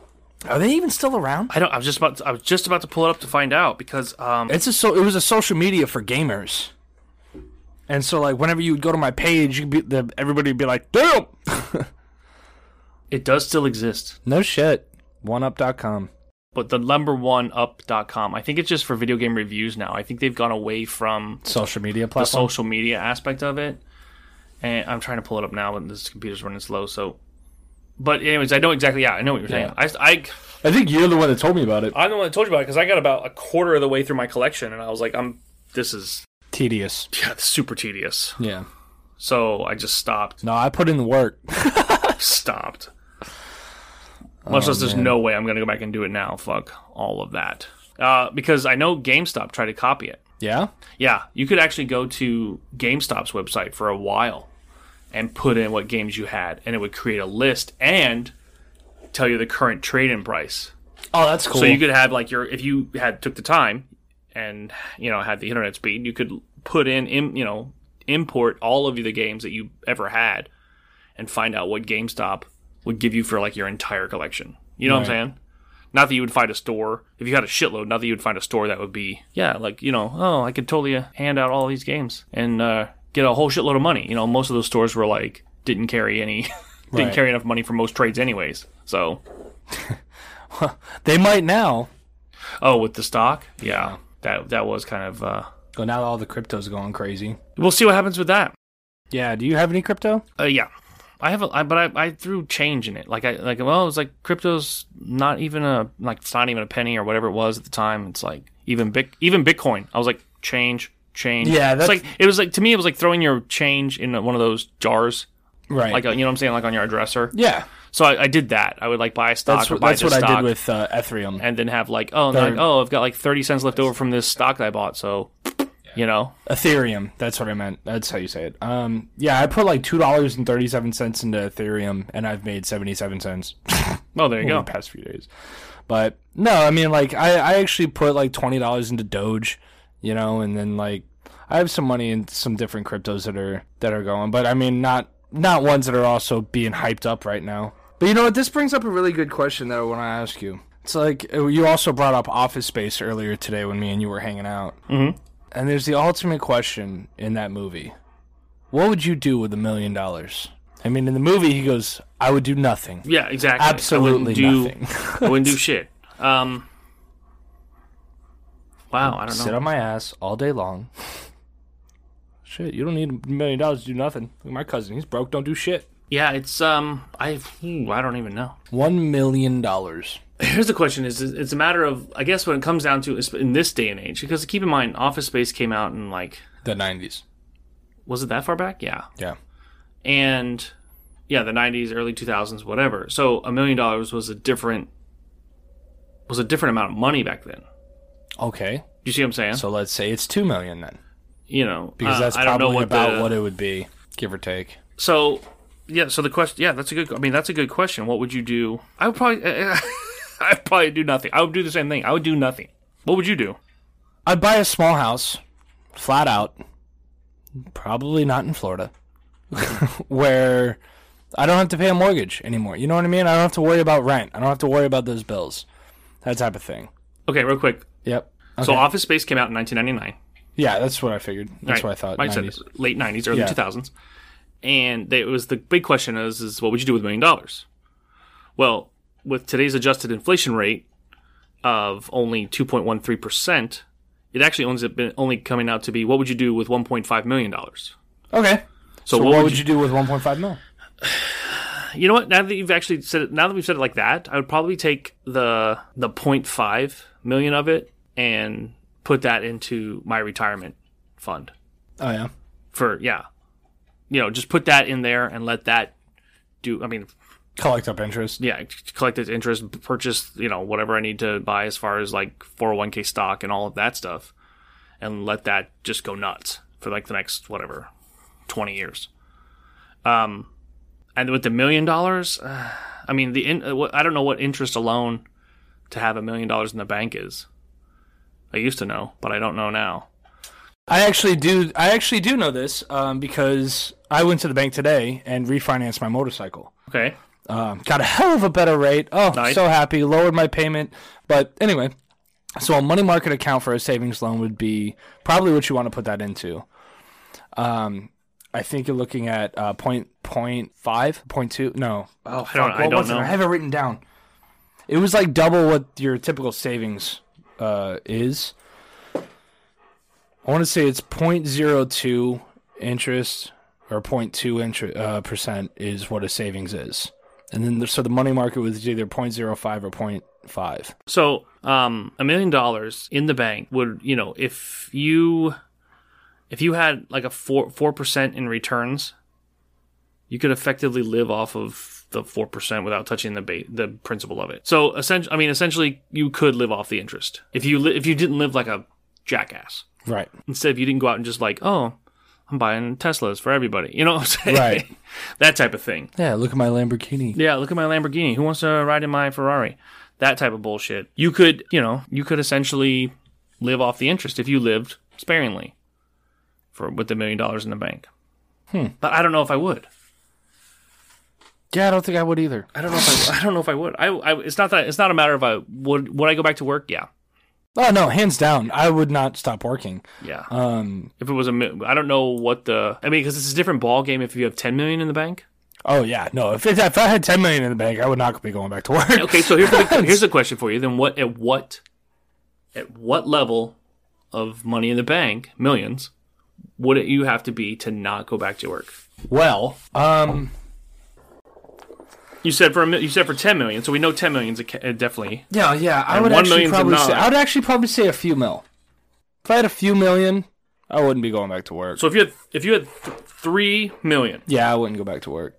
Speaker 2: are they even still around?
Speaker 1: I don't. I was just about. To, I was just about to pull it up to find out because um,
Speaker 2: It's a so it was a social media for gamers. And so, like, whenever you would go to my page, you'd be, the, everybody would be like, "Damn,
Speaker 1: it does still exist.
Speaker 2: No shit. OneUp.com.
Speaker 1: But the number one up.com. I think it's just for video game reviews now. I think they've gone away from
Speaker 2: Social media
Speaker 1: the
Speaker 2: platform.
Speaker 1: social media aspect of it. And I'm trying to pull it up now, but this computer's running slow. So, but anyways, I know exactly. Yeah, I know what you're saying. I, I
Speaker 2: I think you're the one that told me about it.
Speaker 1: I'm the one that told you about it because I got about a quarter of the way through my collection, and I was like, "I'm this is
Speaker 2: Tedious.
Speaker 1: yeah, this is super tedious."
Speaker 2: Yeah.
Speaker 1: So I just stopped,
Speaker 2: No, I put in the work.
Speaker 1: stopped. Much less there's no way I'm gonna go back and do it now. Fuck all of that uh, because I know GameStop tried to copy it.
Speaker 2: Yeah?
Speaker 1: Yeah, you could actually go to GameStop's website for a while and put in what games you had, and it would create a list and tell you the current trade-in price.
Speaker 2: Oh, that's cool.
Speaker 1: So you could have like your if you had took the time and you know had the internet speed, you could put in, im you know import all of the games that you ever had and find out what GameStop would give you for like your entire collection. You know what I'm saying? Not that you would find a store if you had a shitload. Not that you would find a store that would be yeah, like you know, oh, I could totally uh, hand out all these games and uh, get a whole shitload of money. You know, most of those stores were like didn't carry any, didn't
Speaker 2: Right.
Speaker 1: carry enough money for most trades anyways. So
Speaker 2: they might now.
Speaker 1: Oh, with the stock? Yeah. That that was kind of uh
Speaker 2: Well, Oh, now all the crypto's going crazy.
Speaker 1: we'll see what happens with that.
Speaker 2: Yeah, do you have any crypto?
Speaker 1: Uh, yeah. I have a I, but I, I threw change in it. Like I like well, it was like crypto's not even a like it's not even a penny or whatever it was at the time. It's like even big even Bitcoin. I was like change change.
Speaker 2: Yeah,
Speaker 1: that's
Speaker 2: that's-
Speaker 1: like it was like to me it was like throwing your change in one of those jars
Speaker 2: Right.
Speaker 1: like uh, you know what I'm saying like on your dresser.
Speaker 2: yeah.
Speaker 1: So I, I did that. I would like buy a stock
Speaker 2: That's,
Speaker 1: or
Speaker 2: what-
Speaker 1: buy
Speaker 2: that's
Speaker 1: the
Speaker 2: what
Speaker 1: stock
Speaker 2: I did with uh, Ethereum.
Speaker 1: and then have like oh and
Speaker 2: Third.
Speaker 1: like oh I've got like thirty cents left over from this stock that I bought. So you know
Speaker 2: Ethereum. That's what I meant. That's how you say it. Um, yeah, I put like two dollars and thirty seven cents into Ethereum, and I've made seventy seven cents
Speaker 1: oh there you
Speaker 2: over
Speaker 1: go.
Speaker 2: the past few days. But no, I mean, like I, I actually put like twenty dollars into Doge, you know, and then like I have some money in some different cryptos that are that are going, but I mean, not not ones that are also being hyped up right now. But you know what? This brings up a really good question that I want to ask you. It's like uh, you also brought up Office Space earlier today when me and you were hanging out.
Speaker 1: Mhm.
Speaker 2: And there's the ultimate question in that movie: What would you do with a million dollars? I mean, in the movie, he goes, "I would do nothing."
Speaker 1: Yeah, exactly. I
Speaker 2: Absolutely
Speaker 1: wouldn't do,
Speaker 2: nothing.
Speaker 1: I wouldn't do shit. Um, wow, I don't know.
Speaker 2: Sit on my ass all day long. shit, you don't need a million dollars to do nothing. Look at my cousin. He's broke. Don't do shit.
Speaker 1: Yeah, it's um, I ooh, I don't even know.
Speaker 2: One million dollars.
Speaker 1: Here's the question: Is it's a matter of I guess when it comes down to is in this day and age? Because keep in mind, Office Space came out in like
Speaker 2: The 90s.
Speaker 1: was it that far back? Yeah,
Speaker 2: Yeah.
Speaker 1: and yeah, the '90s, early 2000s, whatever. So a million dollars was a different was a different amount of money back then. Do
Speaker 2: Okay.
Speaker 1: you see what I'm saying?
Speaker 2: So let's say it's two million then.
Speaker 1: you know,
Speaker 2: Because
Speaker 1: uh,
Speaker 2: that's
Speaker 1: I don't
Speaker 2: probably
Speaker 1: know what
Speaker 2: about
Speaker 1: the-
Speaker 2: what it would be, give or take.
Speaker 1: So, yeah. So the question, yeah, that's a good. I mean, that's a good question. What would you do? I would probably, I'd probably do nothing. I would do the same thing. I would do nothing. What would you do?
Speaker 2: I'd buy a small house, flat out. Probably not in Florida, where I don't have to pay a mortgage anymore. You know what I mean? I don't have to worry about rent. I don't have to worry about those bills. That type of thing.
Speaker 1: Okay, real quick.
Speaker 2: Yep.
Speaker 1: So Office Space came out in 1999.
Speaker 2: Yeah, that's what I figured. That's what I thought.
Speaker 1: Mike said
Speaker 2: 90s.
Speaker 1: late 90s, early
Speaker 2: Yeah.
Speaker 1: 2000s. And they, it was the big question is, is what would you do with a million dollars? Well, with today's adjusted inflation rate of only 2.13%, it actually owns it been only coming out to be what would you do with 1.5 million dollars?
Speaker 2: Okay. So, what, would you do with 1.5 mil?
Speaker 1: You know what? Now that you've actually said it, now that we've said it like that, I would probably take the the 0.5 million of it and put that into my retirement fund
Speaker 2: Oh yeah.
Speaker 1: for yeah, you know, just put that in there and let that do. I mean,
Speaker 2: Collect up interest.
Speaker 1: yeah, c- collect its interest, purchase you know whatever I need to buy as far as like 401k stock and all of that stuff, and let that just go nuts for like the next whatever 20 years. Um, and with the million dollars, uh, I mean, the in, uh, what- I don't know what interest alone to have a million dollars in the bank is. I used to know, but I don't know now.
Speaker 2: I actually do. I actually do know this um, because I went to the bank today and refinanced my motorcycle.
Speaker 1: Okay.
Speaker 2: Um, got a hell of a better rate. Oh,
Speaker 1: Nice.
Speaker 2: so happy. Lowered my payment. But anyway, so a money market account for a savings loan would be probably what you want to put that into. Um, I think you're looking at uh, point point five, point two. No, oh,
Speaker 1: I don't-
Speaker 2: fuck,
Speaker 1: I
Speaker 2: what
Speaker 1: don't
Speaker 2: was it?
Speaker 1: know.
Speaker 2: I have it written down. It was like double what your typical savings uh, is. I want to say it's 0.02 interest or 0.2 inter- uh, percent is what a savings is. And then the, so the money market was either 0.05 or 0.5.
Speaker 1: So, um, a million dollars in the bank would, you know, if you if you had like a four four percent in returns, you could effectively live off of the four percent without touching the ba- the principal of it. So, essentially, I mean, essentially, you could live off the interest if you li- if you didn't live like a jackass.
Speaker 2: Right.
Speaker 1: Instead, if you didn't go out and just like, oh, I'm buying Teslas for everybody, you know what I'm saying?
Speaker 2: Right.
Speaker 1: that type of thing.
Speaker 2: Yeah, look at my Lamborghini.
Speaker 1: Yeah, look at my Lamborghini. Who wants to ride in my Ferrari? That type of bullshit. You could, you know, you could essentially live off the interest if you lived sparingly for with the million dollars in the bank. Hmm. But I don't know if I would.
Speaker 2: Yeah, I don't think I would either.
Speaker 1: I don't know if I, I don't know if I would. I, I it's not that it's not a matter of I would would I go back to work? Yeah.
Speaker 2: Oh, no, hands down. I would not stop working.
Speaker 1: Yeah.
Speaker 2: Um.
Speaker 1: if it was a mi- I don't know what the I mean cuz it's a different ball game if you have 10 million in the bank.
Speaker 2: Oh, yeah. No, if, it, if I had 10 million in the bank, I would not be going back to work.
Speaker 1: Okay, so here's the, here's a question for you. Then what at what at what level of money in the bank, millions, would it you have to be to not go back to work?
Speaker 2: Well, um,
Speaker 1: You said for a, mi- you said for 10 million, so we know 10 million is a, ca- uh, definitely.
Speaker 2: yeah, yeah. I
Speaker 1: And
Speaker 2: would
Speaker 1: one
Speaker 2: actually
Speaker 1: million's
Speaker 2: probably
Speaker 1: enough.
Speaker 2: say I would actually probably say a few mil. If I had a few million, I wouldn't be going back to work.
Speaker 1: So if you had if you had th- 3 million,
Speaker 2: Yeah, I wouldn't go back to work.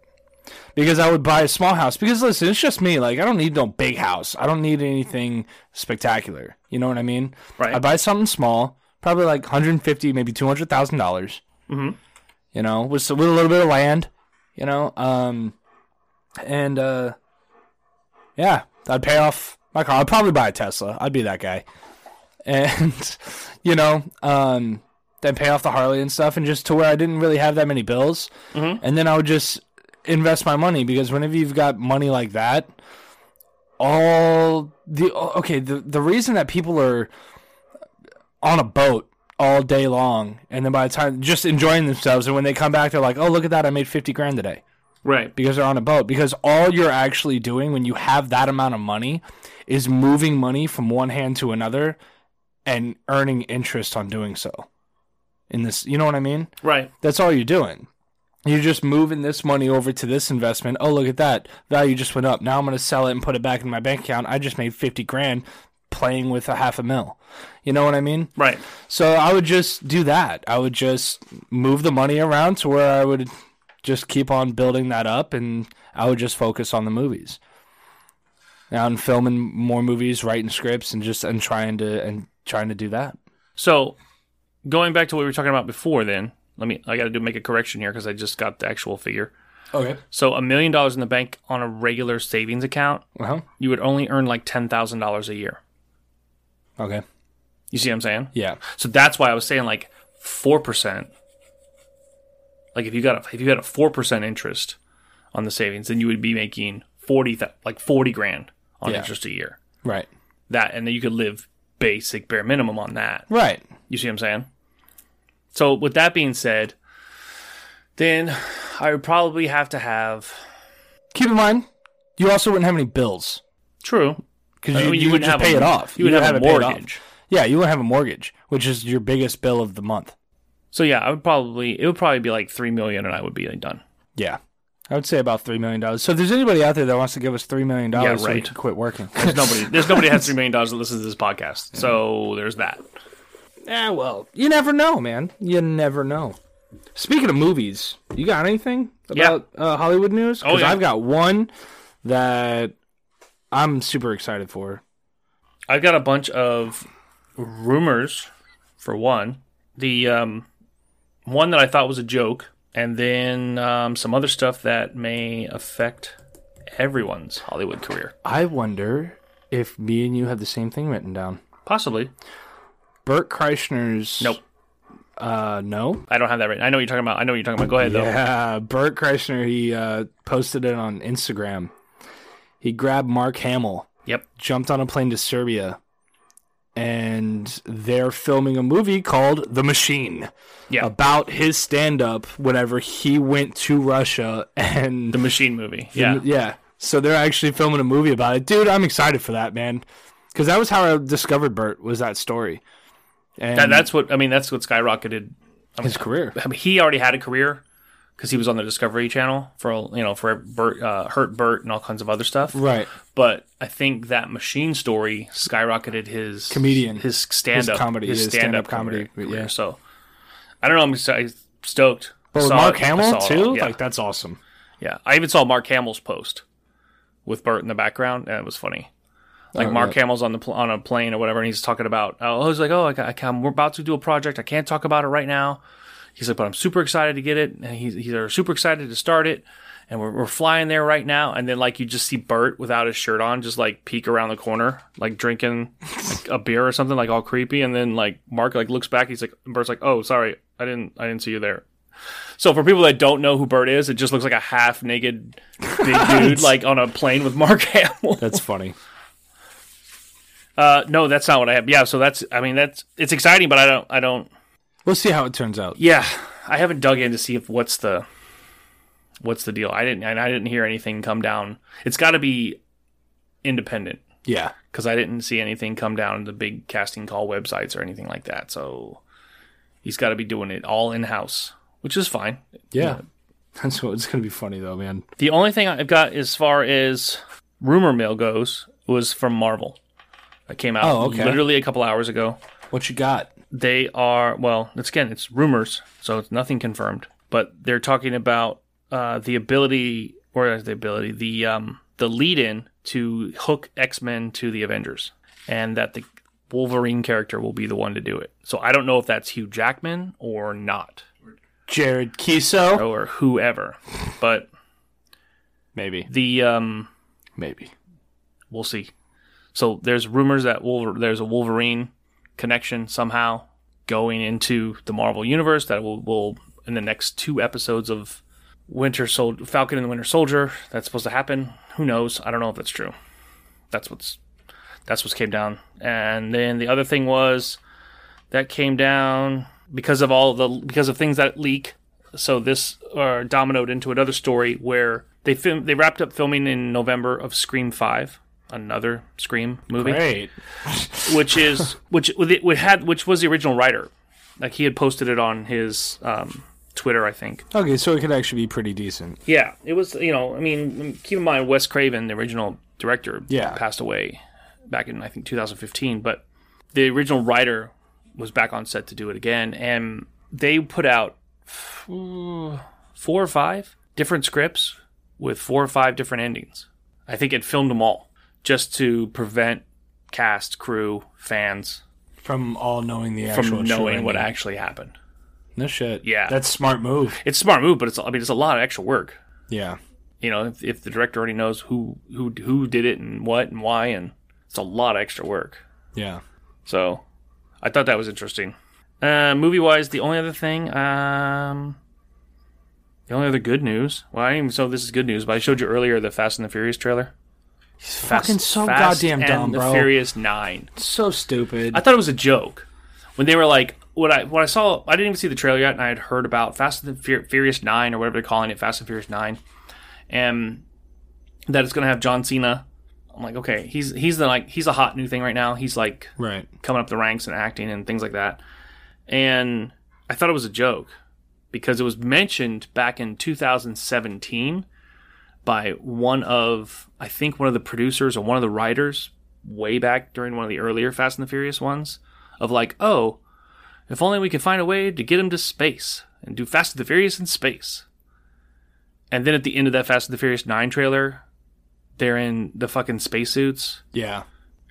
Speaker 2: because I would buy a small house. Because listen, it's just me. Like I don't need no big house. I don't need anything spectacular. You know what I mean?
Speaker 1: Right.
Speaker 2: I buy something small, probably like 150, maybe two hundred thousand dollars.
Speaker 1: Mhm.
Speaker 2: You know, with with a little bit of land. You know, um, and uh, yeah, I'd pay off my car. I'd probably buy a Tesla. I'd be that guy, and you know, um, then pay off the Harley and stuff, and just to where I didn't really have that many bills. And then I would just invest my money because whenever you've got money like that, all the okay the the reason that people are on a boat all day long and then by the time just enjoying themselves and when they come back they're like oh look at that i made 50 grand today
Speaker 1: Right.
Speaker 2: because they're on a boat because all you're actually doing when you have that amount of money is moving money from one hand to another and earning interest on doing so in this you know what i mean
Speaker 1: Right.
Speaker 2: that's all you're doing. You're just moving this money over to this investment. Oh, look at that. Value just went up. Now I'm going to sell it and put it back in my bank account. I just made 50 grand playing with a half a mil. You know what I mean?
Speaker 1: Right.
Speaker 2: So I would just do that. I would just move the money around to where I would just keep on building that up and I would just focus on the movies. Now I'm filming more movies, writing scripts and just and trying to and trying to do that.
Speaker 1: So, going back to what we were talking about before, then let me. I got to do make a correction here because I just got the actual figure.
Speaker 2: Okay.
Speaker 1: So, a million dollars in the bank on a regular savings account,
Speaker 2: Well,
Speaker 1: you would only earn like ten thousand dollars a year.
Speaker 2: okay.
Speaker 1: You see what I'm saying?
Speaker 2: Yeah.
Speaker 1: So that's why I was saying like four percent. Like if you got a, if you had a four percent interest on the savings, then you would be making forty thou- like forty grand on
Speaker 2: Yeah.
Speaker 1: interest a year.
Speaker 2: Right.
Speaker 1: That and then you could live basic bare minimum on that.
Speaker 2: Right.
Speaker 1: You see what I'm saying? So with that being said, then I would probably have to have
Speaker 2: keep in mind, you also wouldn't have any bills
Speaker 1: true.
Speaker 2: because
Speaker 1: I
Speaker 2: you,
Speaker 1: mean,
Speaker 2: you, would
Speaker 1: wouldn't
Speaker 2: just
Speaker 1: have
Speaker 2: pay
Speaker 1: a-
Speaker 2: it off.
Speaker 1: You would have,
Speaker 2: it
Speaker 1: a
Speaker 2: paid off.
Speaker 1: mortgage.
Speaker 2: Yeah, you wouldn't have a mortgage, which is your biggest bill of the month.
Speaker 1: So yeah, I would probably it would probably be like three million, and I would be done.
Speaker 2: Yeah. I would say about $3 million. So if there's anybody out there that wants to give us $3 million so we
Speaker 1: right.
Speaker 2: can quit working.
Speaker 1: There's nobody. There's nobody that has three million dollars that listens to this podcast. So there's that.
Speaker 2: yeah, Eh, well, you never know, man. You never know. Speaking of movies, you got anything about uh, Hollywood news?
Speaker 1: Oh, yeah.
Speaker 2: I've got one that I'm super excited for.
Speaker 1: I've got a bunch of rumors. For one, the um, one that I thought was a joke, and then um, some other stuff that may affect everyone's Hollywood career.
Speaker 2: I wonder if me and you have the same thing written down.
Speaker 1: Possibly.
Speaker 2: Bert Kreischer's.
Speaker 1: Nope.
Speaker 2: Uh, no.
Speaker 1: I don't have that right. I know what you're talking about. I know what you're talking about. Go ahead though.
Speaker 2: Yeah, Bert Kreischer. He uh, posted it on Instagram. He grabbed Mark Hamill,
Speaker 1: Yep.
Speaker 2: jumped on a plane to Serbia, and they're filming a movie called The Machine
Speaker 1: Yeah.
Speaker 2: about his stand-up whenever he went to Russia and
Speaker 1: the machine movie. Yeah.
Speaker 2: yeah. So they're actually filming a movie about it, dude. I'm excited for that, man, because that was how I discovered Bert was that story, and
Speaker 1: That, that's what I mean. That's what skyrocketed.
Speaker 2: his career.
Speaker 1: I mean, he already had a career because he was on the Discovery Channel for you know for Bert, uh, Hurt Bert and all kinds of other stuff.
Speaker 2: Right.
Speaker 1: but I think that machine story skyrocketed his
Speaker 2: Comedian.
Speaker 1: his stand up
Speaker 2: His comedy, his stand-up comedy, yeah.
Speaker 1: So I don't know. I'm excited, stoked.
Speaker 2: But with
Speaker 1: Saw
Speaker 2: Mark
Speaker 1: it, I
Speaker 2: Hamill
Speaker 1: saw it all,
Speaker 2: too,
Speaker 1: Yeah,
Speaker 2: like that's awesome.
Speaker 1: yeah. I even saw Mark Hamill's post with Bert in the background, and it was funny. Like Mark Hamill's on the pl- on a plane or whatever, and he's talking about. Oh, he's like, oh, I, ca- I, ca- I'm, we're about to do a project. I can't talk about it right now. He's like, but I'm super excited to get it, and he's he's are super excited to start it, and we're, we're flying there right now. And then like you just see Bert without his shirt on, just like peek around the corner, like drinking like, a beer or something, like all creepy. And then like Mark like looks back, he's like, and Bert's like, oh, sorry, I didn't I didn't see you there. So for people that don't know who Bert is, it just looks like a half naked big dude like on a plane with Mark Hamill.
Speaker 2: That's funny.
Speaker 1: Uh, no, that's not what I have. Yeah, so that's. I mean, that's it's exciting, but I don't. I don't.
Speaker 2: We'll see how it turns out.
Speaker 1: Yeah, I haven't dug in to see if what's the what's the deal. I didn't. And I didn't hear anything come down. It's got to be independent
Speaker 2: Yeah.
Speaker 1: because I didn't see anything come down the big casting call websites or anything like that. So he's got to be doing it all in house, which is fine.
Speaker 2: Yeah. That's what it's gonna be funny though, man.
Speaker 1: The only thing I've got as far as rumor mill goes was from Marvel. That came out
Speaker 2: Oh, okay.
Speaker 1: literally a couple hours ago.
Speaker 2: What you got?
Speaker 1: they are well it's again it's rumors so it's nothing confirmed but they're talking about uh, the ability or not the ability, the um, the lead in to hook X Men to the Avengers, and that the Wolverine character will be the one to do it. So I don't know if that's Hugh Jackman or not,
Speaker 2: Jared Kiso.
Speaker 1: or whoever, but
Speaker 2: Maybe.
Speaker 1: the um,
Speaker 2: Maybe.
Speaker 1: we'll see. So there's rumors that Wolver- there's a Wolverine connection somehow going into the Marvel universe that will, will in the next two episodes of Winter Soldier, Falcon and the Winter Soldier. That's supposed to happen. Who knows? I don't know if that's true. That's what's that's what's came down. And then the other thing was that came down because of all the because of things that leak. So this uh, dominoed into another story where they film they wrapped up filming in November of Scream Five, another Scream movie
Speaker 2: Great.
Speaker 1: which is which with it- which had which was the original writer. Like he had posted it on his um, Twitter, I think.
Speaker 2: Okay, so it could actually be pretty decent.
Speaker 1: Yeah, it was. You know, I mean, keep in mind Wes Craven, the original director,
Speaker 2: Yeah.
Speaker 1: passed away back in I think 2015. But the original writer was back on set to do it again, and they put out f- four or five different scripts with four or five different endings. I think it filmed them all just to prevent cast, crew, fans
Speaker 2: From all knowing the
Speaker 1: from
Speaker 2: actual true
Speaker 1: knowing what
Speaker 2: ending.
Speaker 1: actually happened.
Speaker 2: No shit.
Speaker 1: Yeah.
Speaker 2: That's smart move.
Speaker 1: It's a smart move, but it's I mean it's a lot of extra work.
Speaker 2: Yeah.
Speaker 1: You know, if, if the director already knows who who who did it and what and why, and it's a lot of extra work.
Speaker 2: Yeah.
Speaker 1: So, I thought that was interesting. Uh, movie wise, the only other thing, um, the only other good news. Well, I didn't even know this is good news, but I showed you earlier the Fast and the Furious trailer.
Speaker 2: He's
Speaker 1: Fast,
Speaker 2: fucking so
Speaker 1: Fast
Speaker 2: goddamn
Speaker 1: and
Speaker 2: dumb,
Speaker 1: the
Speaker 2: bro.
Speaker 1: Furious Nine.
Speaker 2: So stupid.
Speaker 1: I thought it was a joke when they were like, "What I when I saw, I didn't even see the trailer yet, and I had heard about Fast and the Fur- Furious Nine or whatever they're calling it, Fast and Furious Nine, and that it's gonna have John Cena." I'm like, okay, he's he's the like he's a hot new thing right now. He's like
Speaker 2: right.
Speaker 1: coming up the ranks and acting and things like that. And I thought it was a joke because it was mentioned back in 2017 by one of I think one of the producers or one of the writers way back during one of the earlier Fast and the Furious ones of like, "Oh, if only we could find a way to get him to space and do Fast and the Furious in space." And then at the end of that Fast and the Furious 9 trailer, they're in the fucking spacesuits
Speaker 2: Yeah.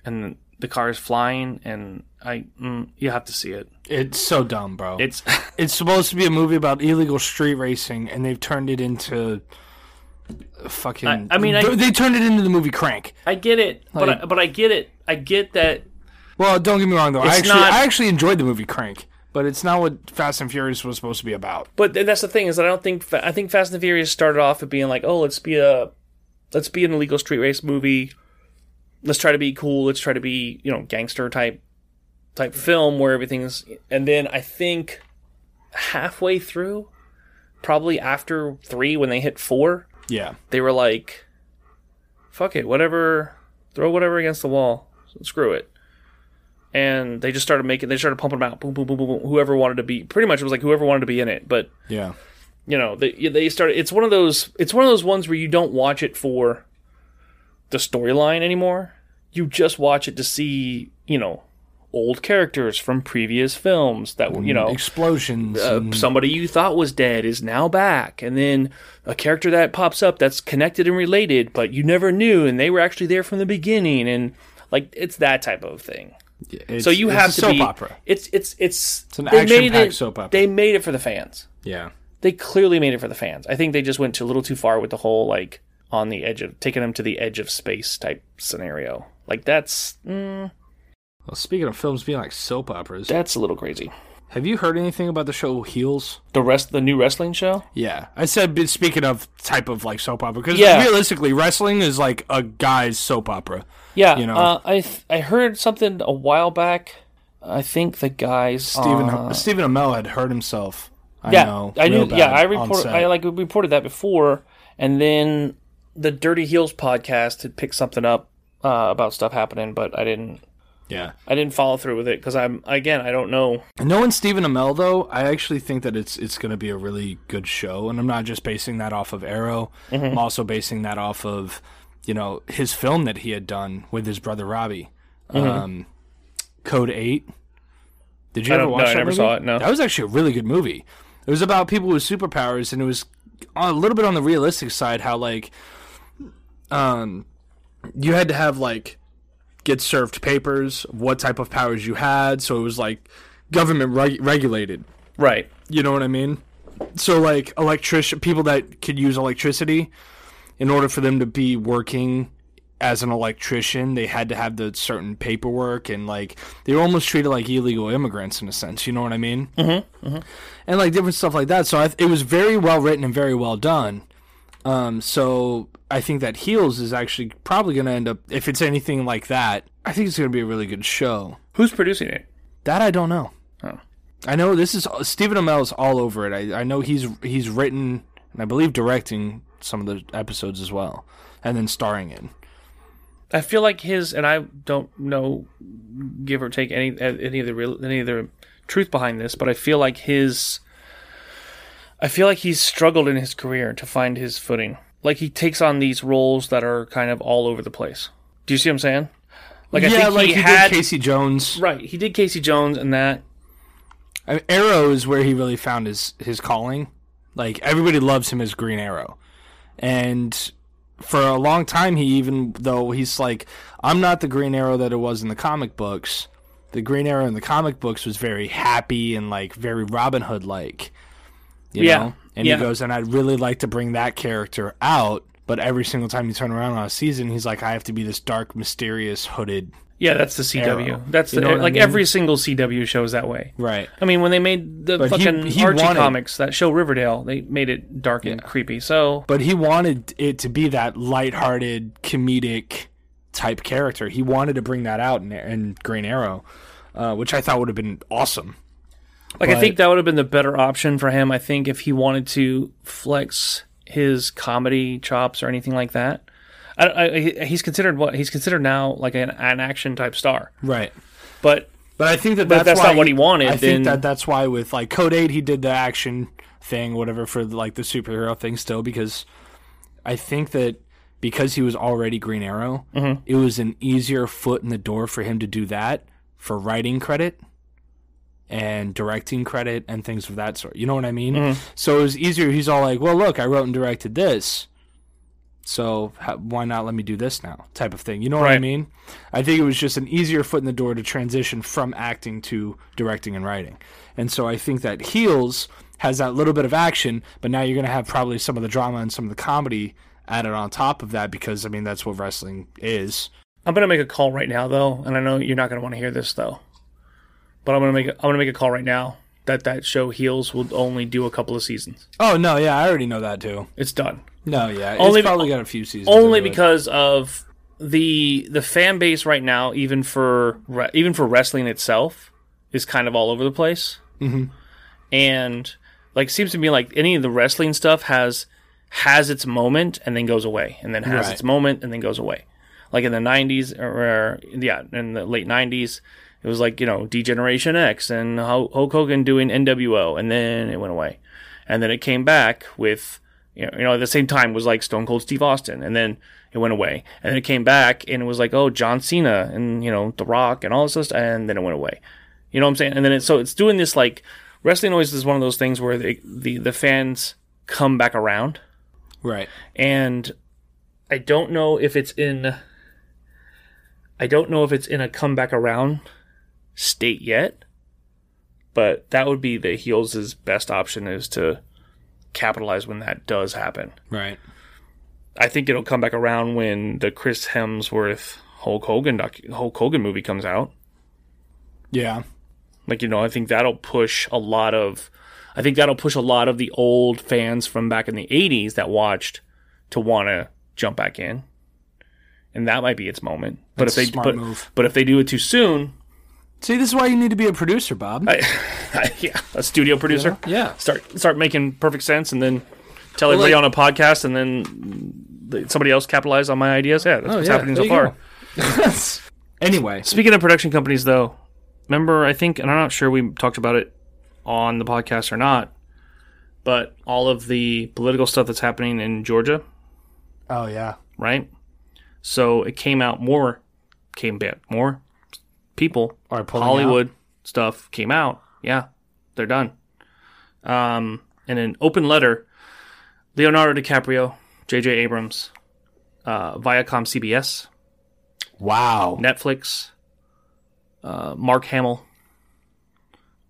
Speaker 1: and the car is flying and i mm, you have to see it
Speaker 2: It's so dumb, bro.
Speaker 1: it's
Speaker 2: it's supposed to be a movie about illegal street racing, and they've turned it into fucking.
Speaker 1: I- I mean, I-
Speaker 2: they, they turned it into the movie Crank.
Speaker 1: i get it but I,
Speaker 2: Like-
Speaker 1: but i get it i get that
Speaker 2: Well, don't get me wrong though. I
Speaker 1: It's
Speaker 2: actually,
Speaker 1: not-
Speaker 2: I actually enjoyed the movie Crank, but it's not what Fast and Furious was supposed to be about.
Speaker 1: but th- that's the thing is i don't think fa- i think fast and the furious started off at being like oh let's be a let's be an illegal street race movie let's try to be cool let's try to be you know gangster type type film where everything's and then i think halfway through probably after three when they hit four
Speaker 2: Yeah.
Speaker 1: they were like, "Fuck it, whatever, throw whatever against the wall, screw it." And they just started making, they started pumping them out, boom, boom, boom, boom, boom. Whoever wanted to be, pretty much it was like whoever wanted to be in it. But
Speaker 2: Yeah.
Speaker 1: you know, they they started. It's one of those, it's one of those ones where you don't watch it for the storyline anymore. You just watch it to see, you know, old characters from previous films that were, you know,
Speaker 2: Explosions. and-
Speaker 1: somebody you thought was dead is now back and then a character that pops up that's connected and related but you never knew and they were actually there from the beginning and like it's that type of thing
Speaker 2: it's-
Speaker 1: so you
Speaker 2: it's
Speaker 1: have
Speaker 2: a
Speaker 1: to
Speaker 2: soap
Speaker 1: be
Speaker 2: opera.
Speaker 1: it's it's it's, it's
Speaker 2: an
Speaker 1: made
Speaker 2: action-packed
Speaker 1: it,
Speaker 2: soap opera.
Speaker 1: they made it for the fans
Speaker 2: Yeah.
Speaker 1: they clearly made it for the fans i think they just went to a little too far with the whole like on the edge of taking them to the edge of space type scenario like that's mm,
Speaker 2: Well, speaking of films being like soap operas,
Speaker 1: that's a little crazy
Speaker 2: have you heard anything about the show Heels?
Speaker 1: the rest the new wrestling show
Speaker 2: Yeah, I said but speaking of type of like soap opera because
Speaker 1: Yeah.
Speaker 2: realistically, wrestling is like a guy's soap opera.
Speaker 1: Yeah,
Speaker 2: you know?
Speaker 1: uh, I th- I heard something a while back. I think the guys
Speaker 2: Stephen
Speaker 1: on-
Speaker 2: Stephen Amell had hurt himself. Uh, I
Speaker 1: yeah,
Speaker 2: know.
Speaker 1: I
Speaker 2: real
Speaker 1: knew. Yeah,
Speaker 2: bad
Speaker 1: I
Speaker 2: on
Speaker 1: reported.
Speaker 2: set.
Speaker 1: I like reported that before, and then the Dirty Heels podcast had picked something up uh, about stuff happening, but I didn't.
Speaker 2: yeah.
Speaker 1: I didn't follow through with it because I'm again. I don't know.
Speaker 2: Knowing Stephen Amell though, I actually think that it's it's going to be a really good show, and I'm not just basing that off of Arrow.
Speaker 1: Mm-hmm.
Speaker 2: I'm also basing that off of you know his film that he had done with his brother Robbie,
Speaker 1: Mm-hmm.
Speaker 2: um, Code Eight. Did you
Speaker 1: I
Speaker 2: ever
Speaker 1: don't- no,
Speaker 2: watch
Speaker 1: I
Speaker 2: that
Speaker 1: never
Speaker 2: movie?
Speaker 1: saw it, no.
Speaker 2: that was actually a really good movie. It was about people with superpowers, and it was a little bit on the realistic side how like um you had to have like get served papers of what type of powers you had so it was like government reg- regulated
Speaker 1: Right.
Speaker 2: you know what i mean so like electrician people that could use electricity in order for them to be working as an electrician they had to have the certain paperwork and like they were almost treated like illegal immigrants in a sense you know what i mean mm-hmm, and like different stuff like that so I, it was very well written and very well done um, so I think that Heels is actually probably going to end up, if it's anything like that, I think it's going to be a really good show.
Speaker 1: Who's producing it?
Speaker 2: That I don't know.
Speaker 1: Oh.
Speaker 2: I know this is Stephen Amell's all over it. I, I know he's he's written and I believe directing some of the episodes as well, and then starring in.
Speaker 1: I feel like his and I don't know, give or take any any of the real any of the truth behind this, but I feel like his. I feel like he's struggled in his career to find his footing. Like he takes on these roles that are kind of all over the place. Do you see what I'm saying? Like I
Speaker 2: yeah,
Speaker 1: think
Speaker 2: like
Speaker 1: he,
Speaker 2: he
Speaker 1: had
Speaker 2: did Casey Jones.
Speaker 1: right. He did Casey Jones and that.
Speaker 2: I mean, Arrow is where he really found his his calling. Like everybody loves him as Green Arrow, and for a long time he even though he's like I'm not the Green Arrow that it was in the comic books. The Green Arrow in the comic books was very happy and like very Robin Hood like. You
Speaker 1: Yeah.
Speaker 2: know? And
Speaker 1: Yeah.
Speaker 2: he goes, and I'd really like to bring that character out, but every single time you turn around on a season, he's like, I have to be this dark, mysterious, hooded
Speaker 1: Yeah, that's the CW.
Speaker 2: Arrow.
Speaker 1: That's
Speaker 2: You
Speaker 1: the,
Speaker 2: know what I
Speaker 1: like
Speaker 2: mean?
Speaker 1: every single CW shows that way.
Speaker 2: Right.
Speaker 1: I mean, when they made the
Speaker 2: But he-
Speaker 1: fucking
Speaker 2: he
Speaker 1: Archie
Speaker 2: wanted-
Speaker 1: comics that show Riverdale, they made it dark and creepy. So
Speaker 2: but he wanted it to be that lighthearted comedic type character. He wanted to bring that out in, in Green Arrow, uh, which I thought would have been awesome.
Speaker 1: Like I
Speaker 2: But-
Speaker 1: think that would have been the better option for him. I think if he wanted to flex his comedy chops or anything like that, I, I, he- he's considered what he's considered now like an, an action type star.
Speaker 2: Right.
Speaker 1: But
Speaker 2: But I think that
Speaker 1: But
Speaker 2: that's,
Speaker 1: if that's
Speaker 2: why
Speaker 1: not what he wanted,
Speaker 2: I
Speaker 1: then-
Speaker 2: think that that's why with like Code Eight, he did the action thing, whatever for like the superhero thing still because I think that because he was already Green Arrow,
Speaker 1: Mm-hmm.
Speaker 2: it was an easier foot in the door for him to do that for writing credit and directing credit and things of that sort. You know what I mean?
Speaker 1: Mm-hmm.
Speaker 2: So it was easier. He's all like, "Well, look, I wrote and directed this." So how, why not let me do this now? Type of thing. You know what I
Speaker 1: Right.
Speaker 2: mean? I think it was just an easier foot in the door to transition from acting to directing and writing. And so I think that Heels has that little bit of action, but now you're going to have probably some of the drama and some of the comedy added on top of that because I mean that's what wrestling is.
Speaker 1: I'm gonna make a call right now though, and I know you're not gonna want to hear this though. But I'm gonna make a, I'm gonna make a call right now that that show heels will only do a couple of seasons.
Speaker 2: Oh no, yeah, I already know that too.
Speaker 1: It's done.
Speaker 2: No, yeah,
Speaker 1: Only-
Speaker 2: it's probably got a few seasons.
Speaker 1: only
Speaker 2: into it.
Speaker 1: because of the the fan base right now, even for re- even for wrestling itself, is kind of all over the place. Mm-hmm. And like, seems to me like any of the wrestling stuff has has its moment and then goes away, and then has
Speaker 2: Right.
Speaker 1: its moment and then goes away. Like in the '90s, or, or yeah, in the late '90s, it was like you know Degeneration X and Ho- Hulk Hogan doing NWO, and then it went away, and then it came back with you know, you know at the same time was like Stone Cold Steve Austin, and then it went away, and then it came back and it was like oh John Cena and you know The Rock and all this stuff, and then it went away, you know what I'm saying? And then it so it's doing this like wrestling always is one of those things where the the, the fans come back around
Speaker 2: right.
Speaker 1: and I don't know if it's in I don't know if it's in a comeback around state yet, but that would be the heels' best option is to capitalize when that does happen.
Speaker 2: Right.
Speaker 1: I think it'll come back around when the Chris Hemsworth Hulk Hogan docu- Hulk Hogan movie comes out.
Speaker 2: Yeah.
Speaker 1: Like you know, I think that'll push a lot of I think that'll push a lot of the old fans from back in the 80s that watched to want to jump back in. And that might be its moment. But
Speaker 2: That's
Speaker 1: if they
Speaker 2: a smart
Speaker 1: but,
Speaker 2: move.
Speaker 1: but if they do it too soon,
Speaker 2: See, this is why you need to be a producer, Bob.
Speaker 1: I, yeah, a studio producer
Speaker 2: yeah.
Speaker 1: start start making perfect sense and then tell everybody
Speaker 2: like-
Speaker 1: on a podcast and then th- somebody else capitalize on my ideas. Yeah, that's what's
Speaker 2: Oh, yeah,
Speaker 1: happening so
Speaker 2: there
Speaker 1: far.
Speaker 2: you anyway,
Speaker 1: Speaking of production companies, though, remember I think, and I'm not sure we talked about it on the podcast or not, but all of the political stuff that's happening in Georgia,
Speaker 2: oh yeah,
Speaker 1: right? So it came out more, came back more people.
Speaker 2: Are pulling
Speaker 1: Hollywood stuff came out. Yeah, they're done. Um, in an open letter, Leonardo DiCaprio, J.J. Abrams, uh, Viacom CBS,
Speaker 2: Wow.
Speaker 1: Netflix, uh, Mark Hamill.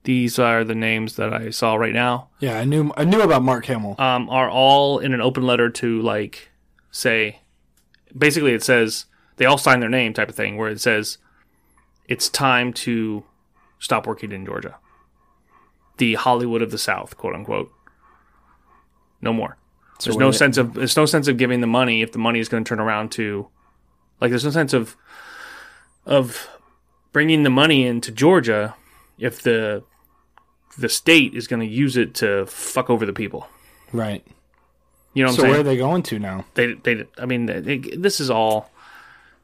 Speaker 1: These are the names that I saw right now.
Speaker 2: Yeah, I knew I knew about Mark Hamill.
Speaker 1: um, are all in an open letter to like say basically it says they all sign their name type of thing where it says it's time to stop working in georgia the hollywood of the south quote unquote no more there's no
Speaker 2: what-
Speaker 1: sense of there's no sense of giving the money if the money is going to turn around to like there's no sense of of bringing the money into georgia if the the state is going to use it to fuck over the people
Speaker 2: Right.
Speaker 1: you know what
Speaker 2: So
Speaker 1: I'm
Speaker 2: where are
Speaker 1: saying?
Speaker 2: they going to now?
Speaker 1: They, they, I mean, they, this is all.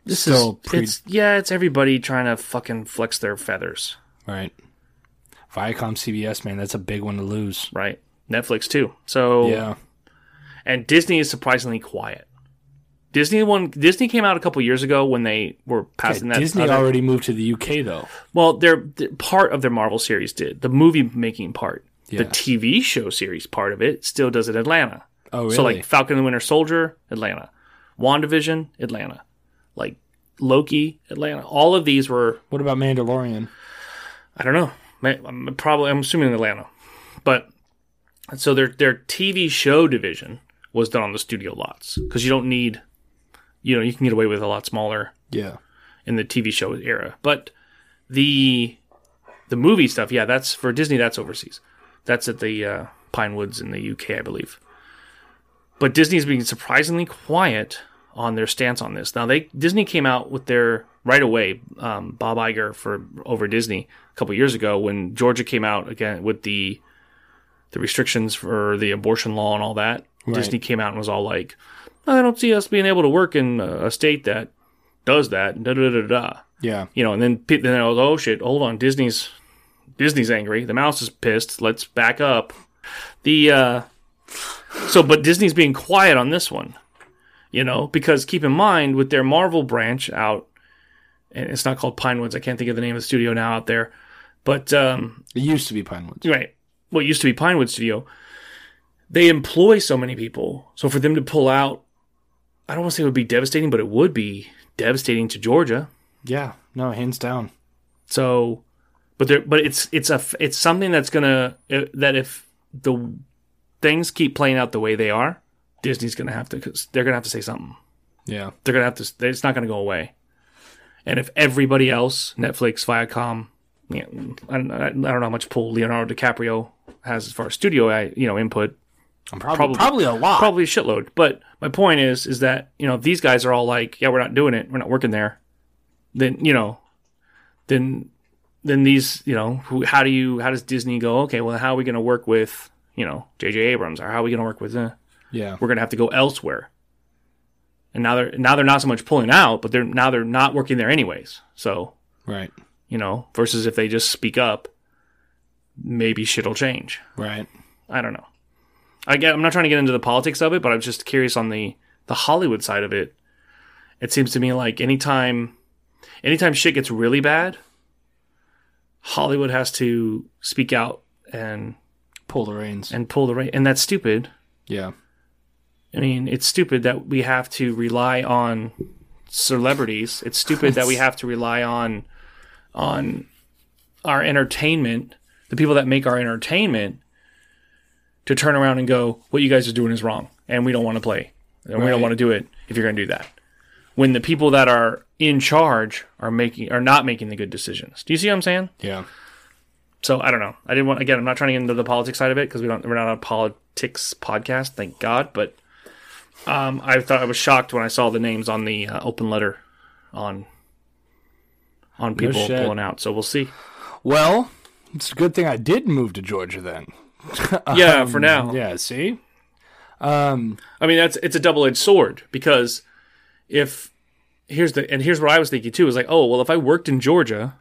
Speaker 1: This
Speaker 2: Still
Speaker 1: is,
Speaker 2: pre-
Speaker 1: it's, yeah, it's everybody trying to fucking flex their feathers,
Speaker 2: Right. Viacom CBS, man, that's a big one to lose.
Speaker 1: right? Netflix too. So
Speaker 2: Yeah.
Speaker 1: and Disney is surprisingly quiet. Disney one Disney came out a couple years ago when they were passing that.
Speaker 2: Disney
Speaker 1: other-
Speaker 2: already moved to the UK though.
Speaker 1: well, their the- part of their Marvel series did the movie making part,
Speaker 2: Yeah.
Speaker 1: the TV show series part of it still does it in Atlanta.
Speaker 2: Oh, really?
Speaker 1: So like Falcon and the Winter Soldier, Atlanta. WandaVision, Atlanta. Like Loki, Atlanta. All of these were
Speaker 2: what about Mandalorian?
Speaker 1: I don't know. Ma- I'm probably I'm assuming Atlanta. But so their their TV show division was done on the studio lots cuz you don't need you know, you can get away with a lot smaller
Speaker 2: Yeah.
Speaker 1: in the TV show era. But the the movie stuff, yeah, that's for Disney. That's overseas. That's at the uh, Pine Woods in the UK, I believe. But Disney's being surprisingly quiet on their stance on this. Now they Disney came out with their right away um, Bob Iger for over Disney a couple years ago when Georgia came out again with the the restrictions for the abortion law and all that. Disney came out and was all like, "I don't see us being able to work in a a state that does that." Da da da da. da."
Speaker 2: Yeah.
Speaker 1: you know, and then pe- then I was, oh shit, hold on, Disney's Disney's angry. The mouse is pissed. Let's back up. The uh, so, but Disney's being quiet on this one, you know, because keep in mind with their Marvel branch out, and it's not called Pinewoods. I can't think of the name of the studio now out there, but um,
Speaker 2: It used to be Pinewoods.
Speaker 1: right, what used to be Pinewood Studio, they employ so many people. So for them to pull out, I don't want to say it would be devastating, but it would be devastating to Georgia.
Speaker 2: Yeah. No, hands down.
Speaker 1: So, but there, but it's it's a it's something that's gonna uh, that if the things keep playing out the way they are, Disney's gonna have to 'cause they're gonna have to say something.
Speaker 2: Yeah.
Speaker 1: They're gonna have to. It's not gonna go away. And if everybody else, Netflix, Viacom, you know, I, don't- I don't know how much pull Leonardo DiCaprio has as far as studio I you know input,
Speaker 2: I'm probably,
Speaker 1: Probably-
Speaker 2: probably a lot.
Speaker 1: probably a shitload. But my point is, is that you know if these guys are all like, yeah, we're not doing it, we're not working there. Then you know, then then these you know, who, how do you how does Disney go? Okay, well, how are we going to work with you know J.J. Abrams, or how are we going to work with? Uh,
Speaker 2: yeah.
Speaker 1: we're going to have to go elsewhere. And now they're now they're not so much pulling out, but they're now they're not working there anyways. So
Speaker 2: Right.
Speaker 1: you know, versus if they just speak up, maybe shit'll change.
Speaker 2: Right.
Speaker 1: I don't know. I get, I'm not trying to get into the politics of it, but I'm just curious on the the Hollywood side of it. It seems to me like anytime, anytime shit gets really bad, Hollywood has to speak out and
Speaker 2: Pull the reins.
Speaker 1: and pull the rein, and that's stupid.
Speaker 2: yeah.
Speaker 1: I mean, it's stupid that we have to rely on celebrities. It's stupid that we have to rely on on our entertainment, the people that make our entertainment, to turn around and go, "What you guys are doing is wrong, and we don't want to play, and we don't
Speaker 2: Right.
Speaker 1: want to do it if you're going to do that." When the people that are in charge are making are not making the good decisions. Do you see what I'm saying?
Speaker 2: Yeah.
Speaker 1: So I don't know. I didn't want again. I'm not trying to get into the politics side of it because we don't. We're not a politics podcast, thank God. But um, I thought I was shocked when I saw the names on the uh, open letter on on people
Speaker 2: shit.
Speaker 1: pulling out. So we'll see.
Speaker 2: Well, it's a good thing I did move to Georgia then.
Speaker 1: Yeah, for now.
Speaker 2: Um, Yeah, see?
Speaker 1: I mean, that's it's a double edged sword because if here's the and here's what I was thinking too is like, oh well, if I worked in Georgia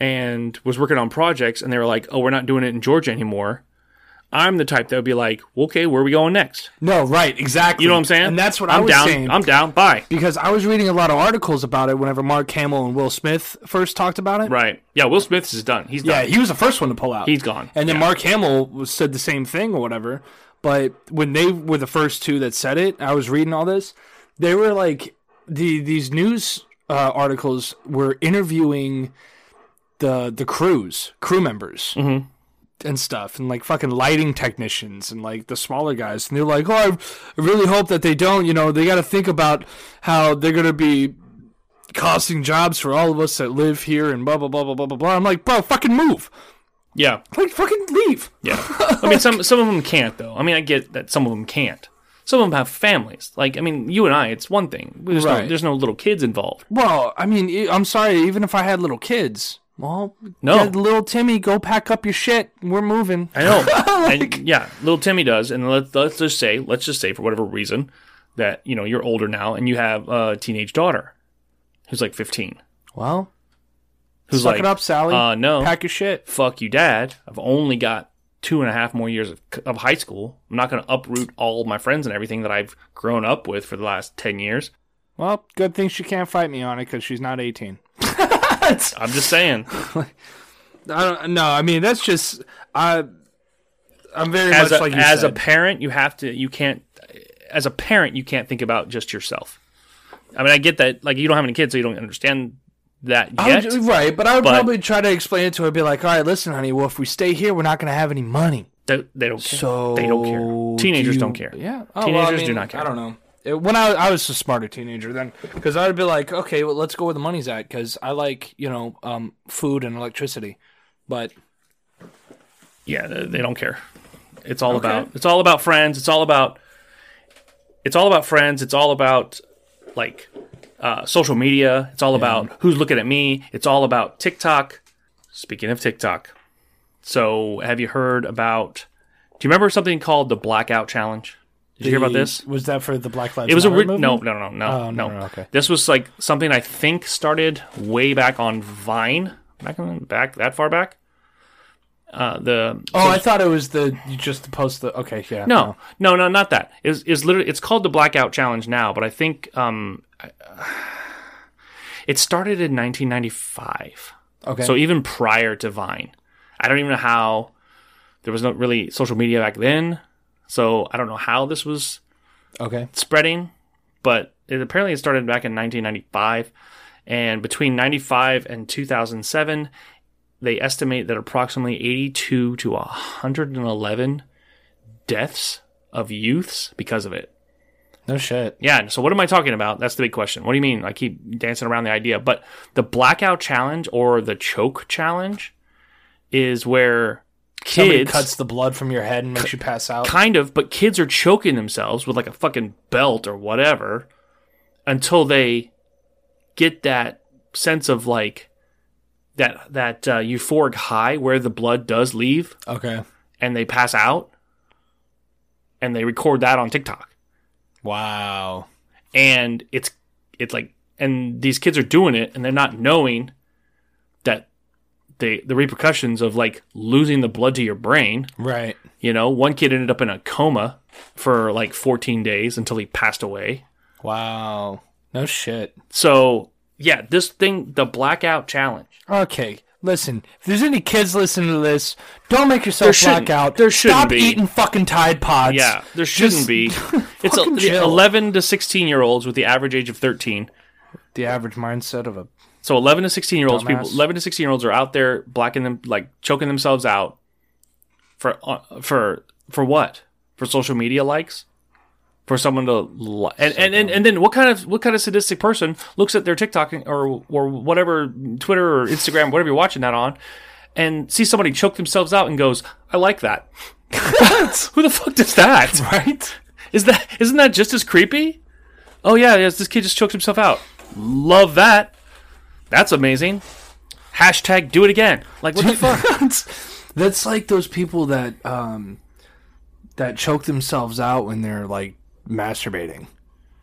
Speaker 1: and was working on projects and they were like, oh, we're not doing it in Georgia anymore, I'm the type that would be like, okay, where are we going next?
Speaker 2: No, right, exactly.
Speaker 1: You know what I'm saying?
Speaker 2: And that's what
Speaker 1: I'm
Speaker 2: I was
Speaker 1: down.
Speaker 2: saying.
Speaker 1: I'm down. Bye.
Speaker 2: because I was reading a lot of articles about it whenever Mark Hamill and Will Smith first talked about it.
Speaker 1: Right. Yeah. Will Smith's is done. He's
Speaker 2: Yeah,
Speaker 1: done.
Speaker 2: he was the first one to pull out.
Speaker 1: He's gone.
Speaker 2: And then
Speaker 1: Yeah.
Speaker 2: Mark Hamill was, said the same thing or whatever. But when they were the first two that said it, I was reading all this. They were like the these news uh, articles were interviewing the the crews, crew members.
Speaker 1: Mm-hmm.
Speaker 2: And stuff, and like fucking lighting technicians, and like the smaller guys, and they're like, "Oh, I really hope that they don't." You know, they got to think about how they're gonna be costing jobs for all of us that live here, and blah blah blah blah blah blah blah. I'm like, bro, fucking move.
Speaker 1: Yeah.
Speaker 2: Like fucking leave.
Speaker 1: Yeah. I mean, some some of them can't though. I mean, I get that some of them can't. Some of them have families. Like, I mean, you and I, it's one thing. There's,
Speaker 2: Right.
Speaker 1: no, there's no little kids involved.
Speaker 2: Well, I mean, e- I'm sorry. Even if I had little kids, well,
Speaker 1: No.
Speaker 2: yeah, little Timmy, go pack up your shit. We're moving.
Speaker 1: I know. and, yeah, little Timmy does, and let, let's just say, let's just say for whatever reason that you know you're older now and you have a teenage daughter who's like 15,
Speaker 2: Well,
Speaker 1: who's
Speaker 2: suck
Speaker 1: like,
Speaker 2: it up, Sally.
Speaker 1: Uh, no,
Speaker 2: pack your shit.
Speaker 1: fuck you, dad. I've only got two and a half more years of, of high school. I'm not going to uproot all my friends and everything that I've grown up with for the last 10 years.
Speaker 2: Well, good thing she can't fight me on it because she's not 18.
Speaker 1: I'm just saying.
Speaker 2: I don't. No, I mean that's just I. I'm very
Speaker 1: as
Speaker 2: much
Speaker 1: a,
Speaker 2: like you
Speaker 1: as a
Speaker 2: said.
Speaker 1: parent, you have to you can't as a parent you can't think about just yourself. I mean, I get that like you don't have any kids, so you don't understand that
Speaker 2: I
Speaker 1: yet.
Speaker 2: would- right, but I would
Speaker 1: but-
Speaker 2: probably try to explain it to her. Be like, all right, listen, honey. Well, if we stay here, we're not going to have any money.
Speaker 1: They, they don't care.
Speaker 2: So
Speaker 1: they don't care. Teenagers
Speaker 2: do
Speaker 1: do not
Speaker 2: you-
Speaker 1: care.
Speaker 2: Yeah, Oh, well,
Speaker 1: teenagers
Speaker 2: I
Speaker 1: do
Speaker 2: mean,
Speaker 1: not care.
Speaker 2: I don't know. It- when I, I was a smarter teenager then, because I'd be like, okay, well, let's go where the money's at, because I like you know um, food and electricity, but
Speaker 1: Yeah, they, they don't care. It's all about it's all about friends. It's all about it's all about friends. It's all about like uh, social media. It's all about who's looking at me. It's all about TikTok. Speaking of TikTok, so have you heard about? Do you remember something called the blackout challenge? Did you hear about this?
Speaker 2: Was that for the Black Lives?
Speaker 1: It was a
Speaker 2: Matter
Speaker 1: re- no,
Speaker 2: movement?
Speaker 1: no, no, no,
Speaker 2: Oh,
Speaker 1: no.
Speaker 2: no, no, okay.
Speaker 1: This was like something I think started way back on Vine, back in, back that far back. Uh, the
Speaker 2: Oh, I thought it was the you just post the okay, yeah.
Speaker 1: no, no, no, not that. It's, it's literally it's called the blackout challenge now, but I think um, I- it started in 1995.
Speaker 2: okay.
Speaker 1: So even prior to Vine, I don't even know how there was no really social media back then. So I don't know how this was
Speaker 2: okay,
Speaker 1: spreading, but it apparently it started back in 1995. And between 95 and 2007, they estimate that approximately 82 to 111 deaths of youths because of it.
Speaker 2: no shit.
Speaker 1: Yeah. So what am I talking about? That's the big question. What do you mean? I keep dancing around the idea, but the blackout challenge or the choke challenge is where
Speaker 2: Somebody
Speaker 1: kids
Speaker 2: cuts the blood from your head and makes you pass out.
Speaker 1: kind of, but kids are choking themselves with like a fucking belt or whatever until they get that sense of like that that uh, euphoric high where the blood does leave
Speaker 2: Okay,
Speaker 1: and they pass out and they record that on TikTok
Speaker 2: wow.
Speaker 1: and it's it's like and these kids are doing it and they're not knowing that the the repercussions of like losing the blood to your brain
Speaker 2: Right.
Speaker 1: You know, one kid ended up in a coma for like 14 days until he passed away.
Speaker 2: Wow. No shit.
Speaker 1: So, yeah, this thing, the blackout challenge.
Speaker 2: Okay, listen. If there's any kids listening to this, don't make yourself
Speaker 1: shouldn't-
Speaker 2: black out.
Speaker 1: there shouldn't
Speaker 2: Stop
Speaker 1: be.
Speaker 2: eating fucking Tide Pods.
Speaker 1: Yeah, there shouldn't
Speaker 2: Just-
Speaker 1: be. It's
Speaker 2: Fucking
Speaker 1: a,
Speaker 2: chill.
Speaker 1: 11 to 16 year olds with the average age of 13.
Speaker 2: The average mindset of a
Speaker 1: So 11 to 16 year olds, people,
Speaker 2: Dumbass.
Speaker 1: 11 to 16 year olds are out there blacking them, like choking themselves out for, uh, for, for what? For social media likes? For someone to, li- and, and, and, and then what kind of, what kind of sadistic person looks at their TikTok or, or whatever, Twitter or Instagram, whatever you're watching that on and sees somebody choke themselves out and goes, I like that. Who the fuck does that?
Speaker 2: right.
Speaker 1: Is that isn't that just as creepy? Oh yeah, yes, this kid just choked himself out. Love that. That's amazing. Hashtag do it again. Like what the fuck?
Speaker 2: That's like those people that um that choke themselves out when they're like masturbating.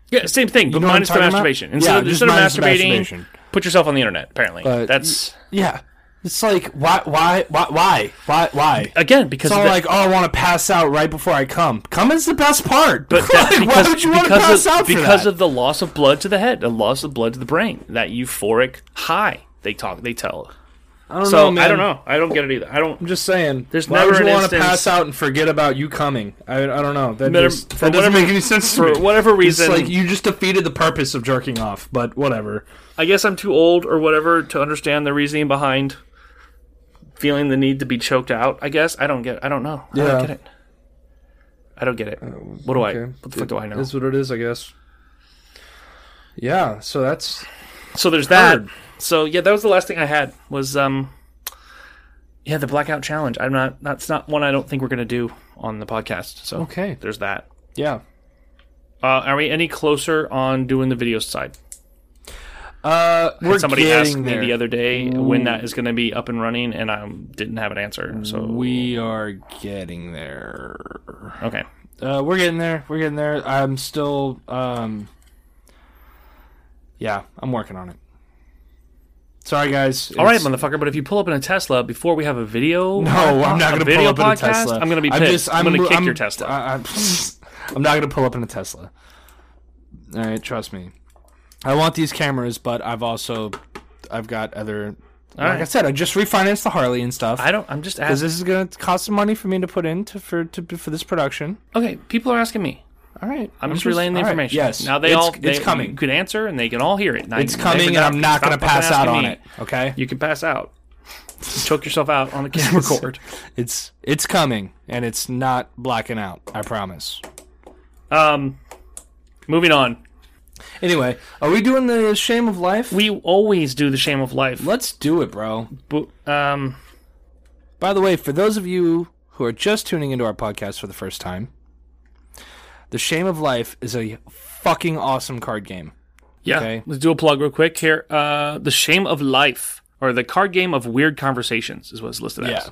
Speaker 1: Yeah, same thing, but
Speaker 2: know what
Speaker 1: minus the
Speaker 2: I'm talking about?
Speaker 1: masturbation.
Speaker 2: Yeah,
Speaker 1: Instead, of,
Speaker 2: just
Speaker 1: instead of
Speaker 2: minus the
Speaker 1: masturbating,
Speaker 2: masturbation.
Speaker 1: put yourself on the internet. Apparently,
Speaker 2: But-
Speaker 1: that's
Speaker 2: Yeah, It's like why why why why why why?
Speaker 1: Again,
Speaker 2: It's
Speaker 1: because
Speaker 2: all
Speaker 1: of the-
Speaker 2: like oh I want to pass out right before I come. Come is the best part.
Speaker 1: But that,
Speaker 2: Like,
Speaker 1: because,
Speaker 2: why would you want to
Speaker 1: because
Speaker 2: pass
Speaker 1: of,
Speaker 2: out for
Speaker 1: because
Speaker 2: that?
Speaker 1: of the loss of blood to the head, the loss of blood to the brain, that euphoric high they talk, they tell.
Speaker 2: I don't
Speaker 1: So
Speaker 2: know, man.
Speaker 1: I don't know. I don't get it either. I don't.
Speaker 2: I'm just saying.
Speaker 1: There's
Speaker 2: why
Speaker 1: never
Speaker 2: would you
Speaker 1: an
Speaker 2: want
Speaker 1: instance-
Speaker 2: to pass out and forget about you coming? I, I don't know. That,
Speaker 1: Better-
Speaker 2: just,
Speaker 1: for
Speaker 2: that doesn't
Speaker 1: whatever-
Speaker 2: make any sense to
Speaker 1: For
Speaker 2: me.
Speaker 1: whatever
Speaker 2: It's
Speaker 1: reason,
Speaker 2: like you just defeated the purpose of jerking off. But whatever.
Speaker 1: I guess I'm too old or whatever to understand the reasoning behind feeling the need to be choked out. I guess I don't get. I don't know. I
Speaker 2: Yeah.
Speaker 1: don't get it. I don't get it. What do I? What the fuck do I know?
Speaker 2: Is what it is, I guess. Yeah. So that's
Speaker 1: So there's that.
Speaker 2: Heard.
Speaker 1: So yeah, that was the last thing I had. Was um, yeah, the blackout challenge. I'm not. That's not one I don't think we're gonna do on the podcast. So
Speaker 2: okay.
Speaker 1: there's that.
Speaker 2: Yeah.
Speaker 1: Uh, are we any closer on doing the video side?
Speaker 2: Uh, we're
Speaker 1: Somebody
Speaker 2: getting
Speaker 1: asked
Speaker 2: there. Mm.
Speaker 1: me the other day when that is going to be up and running, and I didn't have an answer. So
Speaker 2: We are getting there.
Speaker 1: okay,
Speaker 2: Uh, we're getting there. We're getting there. I'm still. Um, yeah, I'm working on it. Sorry, guys.
Speaker 1: all right,
Speaker 2: It's-
Speaker 1: motherfucker. But if you pull up in a Tesla before we have a video,
Speaker 2: No, I'm not
Speaker 1: a
Speaker 2: going to pull
Speaker 1: video
Speaker 2: up
Speaker 1: podcast,
Speaker 2: in a Tesla.
Speaker 1: I'm going to be pissed. I'm, going to kick your Tesla.
Speaker 2: I, am I'm not going to pull up in a Tesla. All right, trust me. I want these cameras, but I've also, I've got other. like
Speaker 1: right.
Speaker 2: I said, I just refinanced the Harley and stuff.
Speaker 1: I don't. I'm just
Speaker 2: Because
Speaker 1: asking.
Speaker 2: this is going to cost some money for me to put in to, for to, for this production.
Speaker 1: Okay, people are asking me.
Speaker 2: All right,
Speaker 1: I'm just relaying the
Speaker 2: all right,
Speaker 1: information.
Speaker 2: Yes.
Speaker 1: Now they
Speaker 2: it's,
Speaker 1: all
Speaker 2: it's
Speaker 1: they-
Speaker 2: coming.
Speaker 1: You could answer, and they can all hear it. Now
Speaker 2: It's
Speaker 1: you-
Speaker 2: coming,
Speaker 1: they're
Speaker 2: and I'm not going to
Speaker 1: stop
Speaker 2: pass
Speaker 1: fucking
Speaker 2: out
Speaker 1: asking
Speaker 2: on
Speaker 1: me.
Speaker 2: it. Okay,
Speaker 1: You can pass out. Choke yourself out on the camera cord.
Speaker 2: it's it's coming, and it's not blacking out. I promise.
Speaker 1: Um, moving on.
Speaker 2: Anyway, are we doing the shame of life?
Speaker 1: We always do the shame of life.
Speaker 2: Let's do it, bro.
Speaker 1: Bu- Um,
Speaker 2: By the way, for those of you who are just tuning into our podcast for the first time, the shame of life is a fucking awesome card game.
Speaker 1: yeah.
Speaker 2: Okay.
Speaker 1: Let's do a plug real quick here. Uh, the shame of life, or the card game of weird conversations, is what's listed as.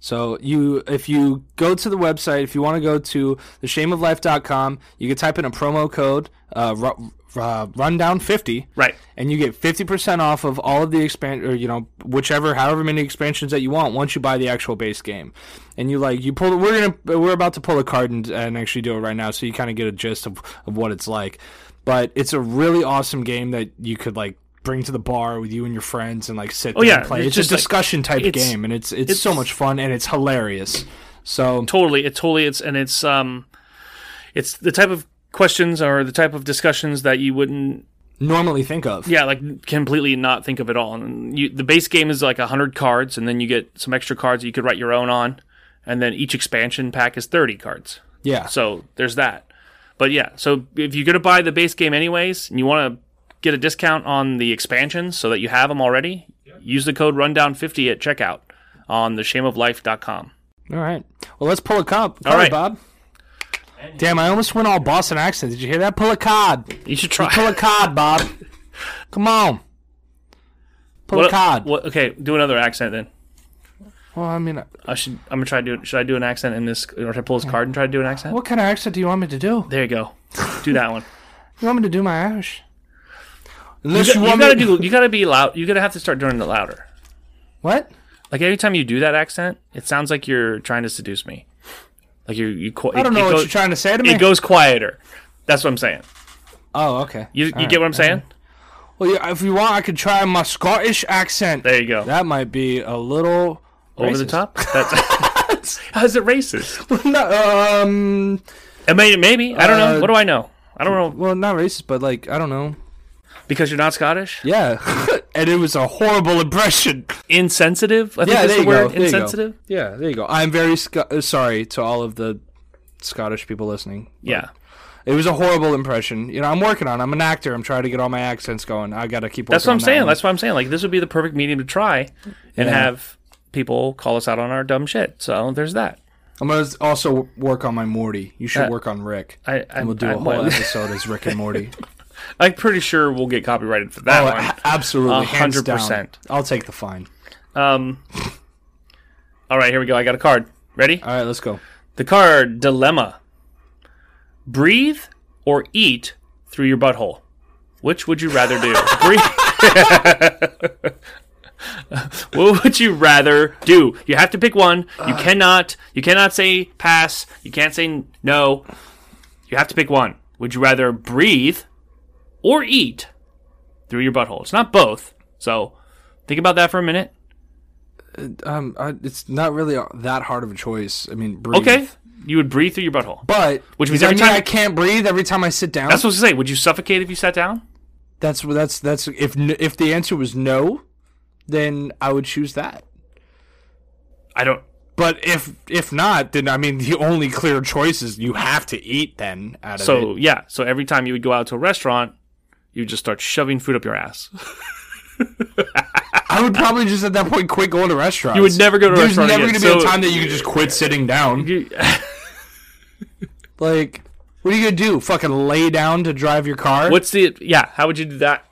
Speaker 2: So you if you go to the website, if you want to go to theshameoflife.com, you can type in a promo code uh, ru- uh, rundown 50
Speaker 1: Right.
Speaker 2: and you get 50% off of all of the expansion or you know whichever however many expansions that you want once you buy the actual base game and you like you pull we're gonna we're about to pull a card and, and actually do it right now so you kind of get a gist of, of what it's like but it's a really awesome game that you could like bring to the bar with you and your friends and like sit there
Speaker 1: Oh, yeah,
Speaker 2: and play
Speaker 1: it's
Speaker 2: it's,
Speaker 1: just,
Speaker 2: a
Speaker 1: like,
Speaker 2: discussion type
Speaker 1: it's-
Speaker 2: game and it's, it's so much fun and it's hilarious so
Speaker 1: Totally. It totally. It's and it's um, it's the type of questions or the type of discussions that you wouldn't
Speaker 2: normally think of
Speaker 1: yeah like completely not think of at all and you, the base game is like 100 cards and then you get some extra cards that you could write your own on and then each expansion pack is 30 cards
Speaker 2: yeah
Speaker 1: So there's that. But yeah, so if you're going to buy the base game anyways and you want to get a discount on the expansions so that you have them already, use the code rundown50 at checkout on theshameoflife.com.
Speaker 2: All right. Well, let's pull a cop.
Speaker 1: All
Speaker 2: All
Speaker 1: right.
Speaker 2: right, Bob. Damn, I almost went all Boston accent. Did you hear that? Pull a cod.
Speaker 1: You should try.
Speaker 2: Pull a cod, Bob. Come on. Pull a
Speaker 1: What-
Speaker 2: cod.
Speaker 1: what- okay, do another accent then.
Speaker 2: Well, I mean, uh,
Speaker 1: I should I'm going to try to do should I do an accent in this or should I pull his card and try to do an accent?
Speaker 2: what kind of accent do you want me to do?
Speaker 1: There you go. Do that one.
Speaker 2: You want me to do my Irish? Unless
Speaker 1: you
Speaker 2: you, want
Speaker 1: got to
Speaker 2: me
Speaker 1: do you got to be loud. You got to have to start doing it louder.
Speaker 2: What?
Speaker 1: Like every time you do that accent, it sounds like you're trying to seduce me. Like you you
Speaker 2: I don't know what you're trying to say to me.
Speaker 1: it goes quieter. That's what I'm saying.
Speaker 2: oh, okay.
Speaker 1: You, you
Speaker 2: All
Speaker 1: get
Speaker 2: right.
Speaker 1: what I'm saying?
Speaker 2: Well, yeah, if you want, I could try my Scottish accent.
Speaker 1: There you go.
Speaker 2: That might be a little
Speaker 1: Over the
Speaker 2: racist.
Speaker 1: top. That's how is it racist?
Speaker 2: no, um,
Speaker 1: I mean, maybe I don't know.
Speaker 2: Uh,
Speaker 1: What do I know? I don't know
Speaker 2: well, not racist, but like I don't know.
Speaker 1: because you're not Scottish.
Speaker 2: Yeah, and it was a horrible impression.
Speaker 1: Insensitive. I think that's the word. Insensitive.
Speaker 2: Yeah, there you go. I'm very sc- uh, sorry to all of the Scottish people listening.
Speaker 1: Yeah.
Speaker 2: It was a horrible impression. You know, I'm working on. it. I'm an actor. I'm trying to get all my accents going. I gotta keep. Working
Speaker 1: That's what
Speaker 2: on
Speaker 1: I'm
Speaker 2: that
Speaker 1: saying.
Speaker 2: one.
Speaker 1: That's what I'm saying. Like this would be the perfect medium to try and
Speaker 2: Yeah.
Speaker 1: have people call us out on our dumb shit. So there's that.
Speaker 2: I'm gonna also work on my Morty. You should
Speaker 1: Uh,
Speaker 2: work on Rick.
Speaker 1: I, I
Speaker 2: and we'll do
Speaker 1: I,
Speaker 2: a whole episode as Rick and Morty.
Speaker 1: I'm pretty sure we'll get copyrighted for that
Speaker 2: oh,
Speaker 1: one.
Speaker 2: a- absolutely, hands down.
Speaker 1: 100%. Um, what would you rather do? You have to pick one. You cannot. You cannot say pass. You can't say n- no. You have to pick one. Would you rather breathe or eat through your butthole? It's not both. So think about that for a minute.
Speaker 2: Um, I, it's not really that hard of a choice. I mean, breathe.
Speaker 1: Okay. You would breathe through your butthole.
Speaker 2: but
Speaker 1: Which means
Speaker 2: does that
Speaker 1: every
Speaker 2: mean
Speaker 1: time-
Speaker 2: I can't breathe every time I sit down.
Speaker 1: That's what I was gonna say. Would you suffocate if you sat down?
Speaker 2: That's that's that's if n- if the answer was no, then I would choose that.
Speaker 1: I don't.
Speaker 2: But if if not, then I mean the only clear choice is you have to eat. Then out of
Speaker 1: So yeah. So every time you would go out to a restaurant, you would just start shoving food up your ass.
Speaker 2: I would probably just at that point quit going to restaurants.
Speaker 1: You would never go to a
Speaker 2: There's
Speaker 1: restaurant
Speaker 2: never
Speaker 1: again,
Speaker 2: gonna be
Speaker 1: so-
Speaker 2: a time that you can just quit sitting down.
Speaker 1: You-
Speaker 2: Like, what are you gonna do? Fucking lay down to drive your car?
Speaker 1: What's the yeah? How would you do that?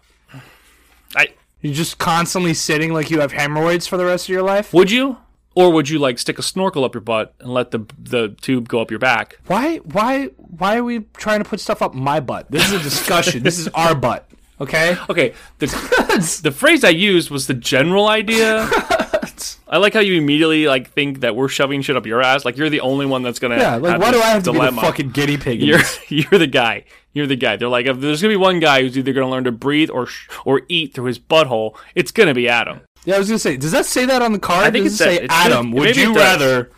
Speaker 1: I
Speaker 2: You're just constantly sitting like you have hemorrhoids for the rest of your life.
Speaker 1: would you, or would you like stick a snorkel up your butt and let the the tube go up your back?
Speaker 2: Why? Why? Why are we trying to put stuff up my butt? This is a discussion. this is our butt. Okay.
Speaker 1: Okay, the the phrase I used was the general idea. I like how you immediately like think that we're shoving shit up your ass. Like you're the only one that's gonna
Speaker 2: Yeah. Like, why do
Speaker 1: this
Speaker 2: I have to be
Speaker 1: dilemma.
Speaker 2: the fucking guinea pig? in
Speaker 1: You're
Speaker 2: this?
Speaker 1: you're the guy. You're the guy. They're like, if there's gonna be one guy who's either gonna learn to breathe or sh- or eat through his butthole, it's gonna be Adam.
Speaker 2: Yeah, I was gonna say. Does that say that on the card?
Speaker 1: think
Speaker 2: does
Speaker 1: it
Speaker 2: say
Speaker 1: said- it should-
Speaker 2: Adam?
Speaker 1: it-
Speaker 2: would
Speaker 1: maybe
Speaker 2: you
Speaker 1: it does.
Speaker 2: rather? Oh,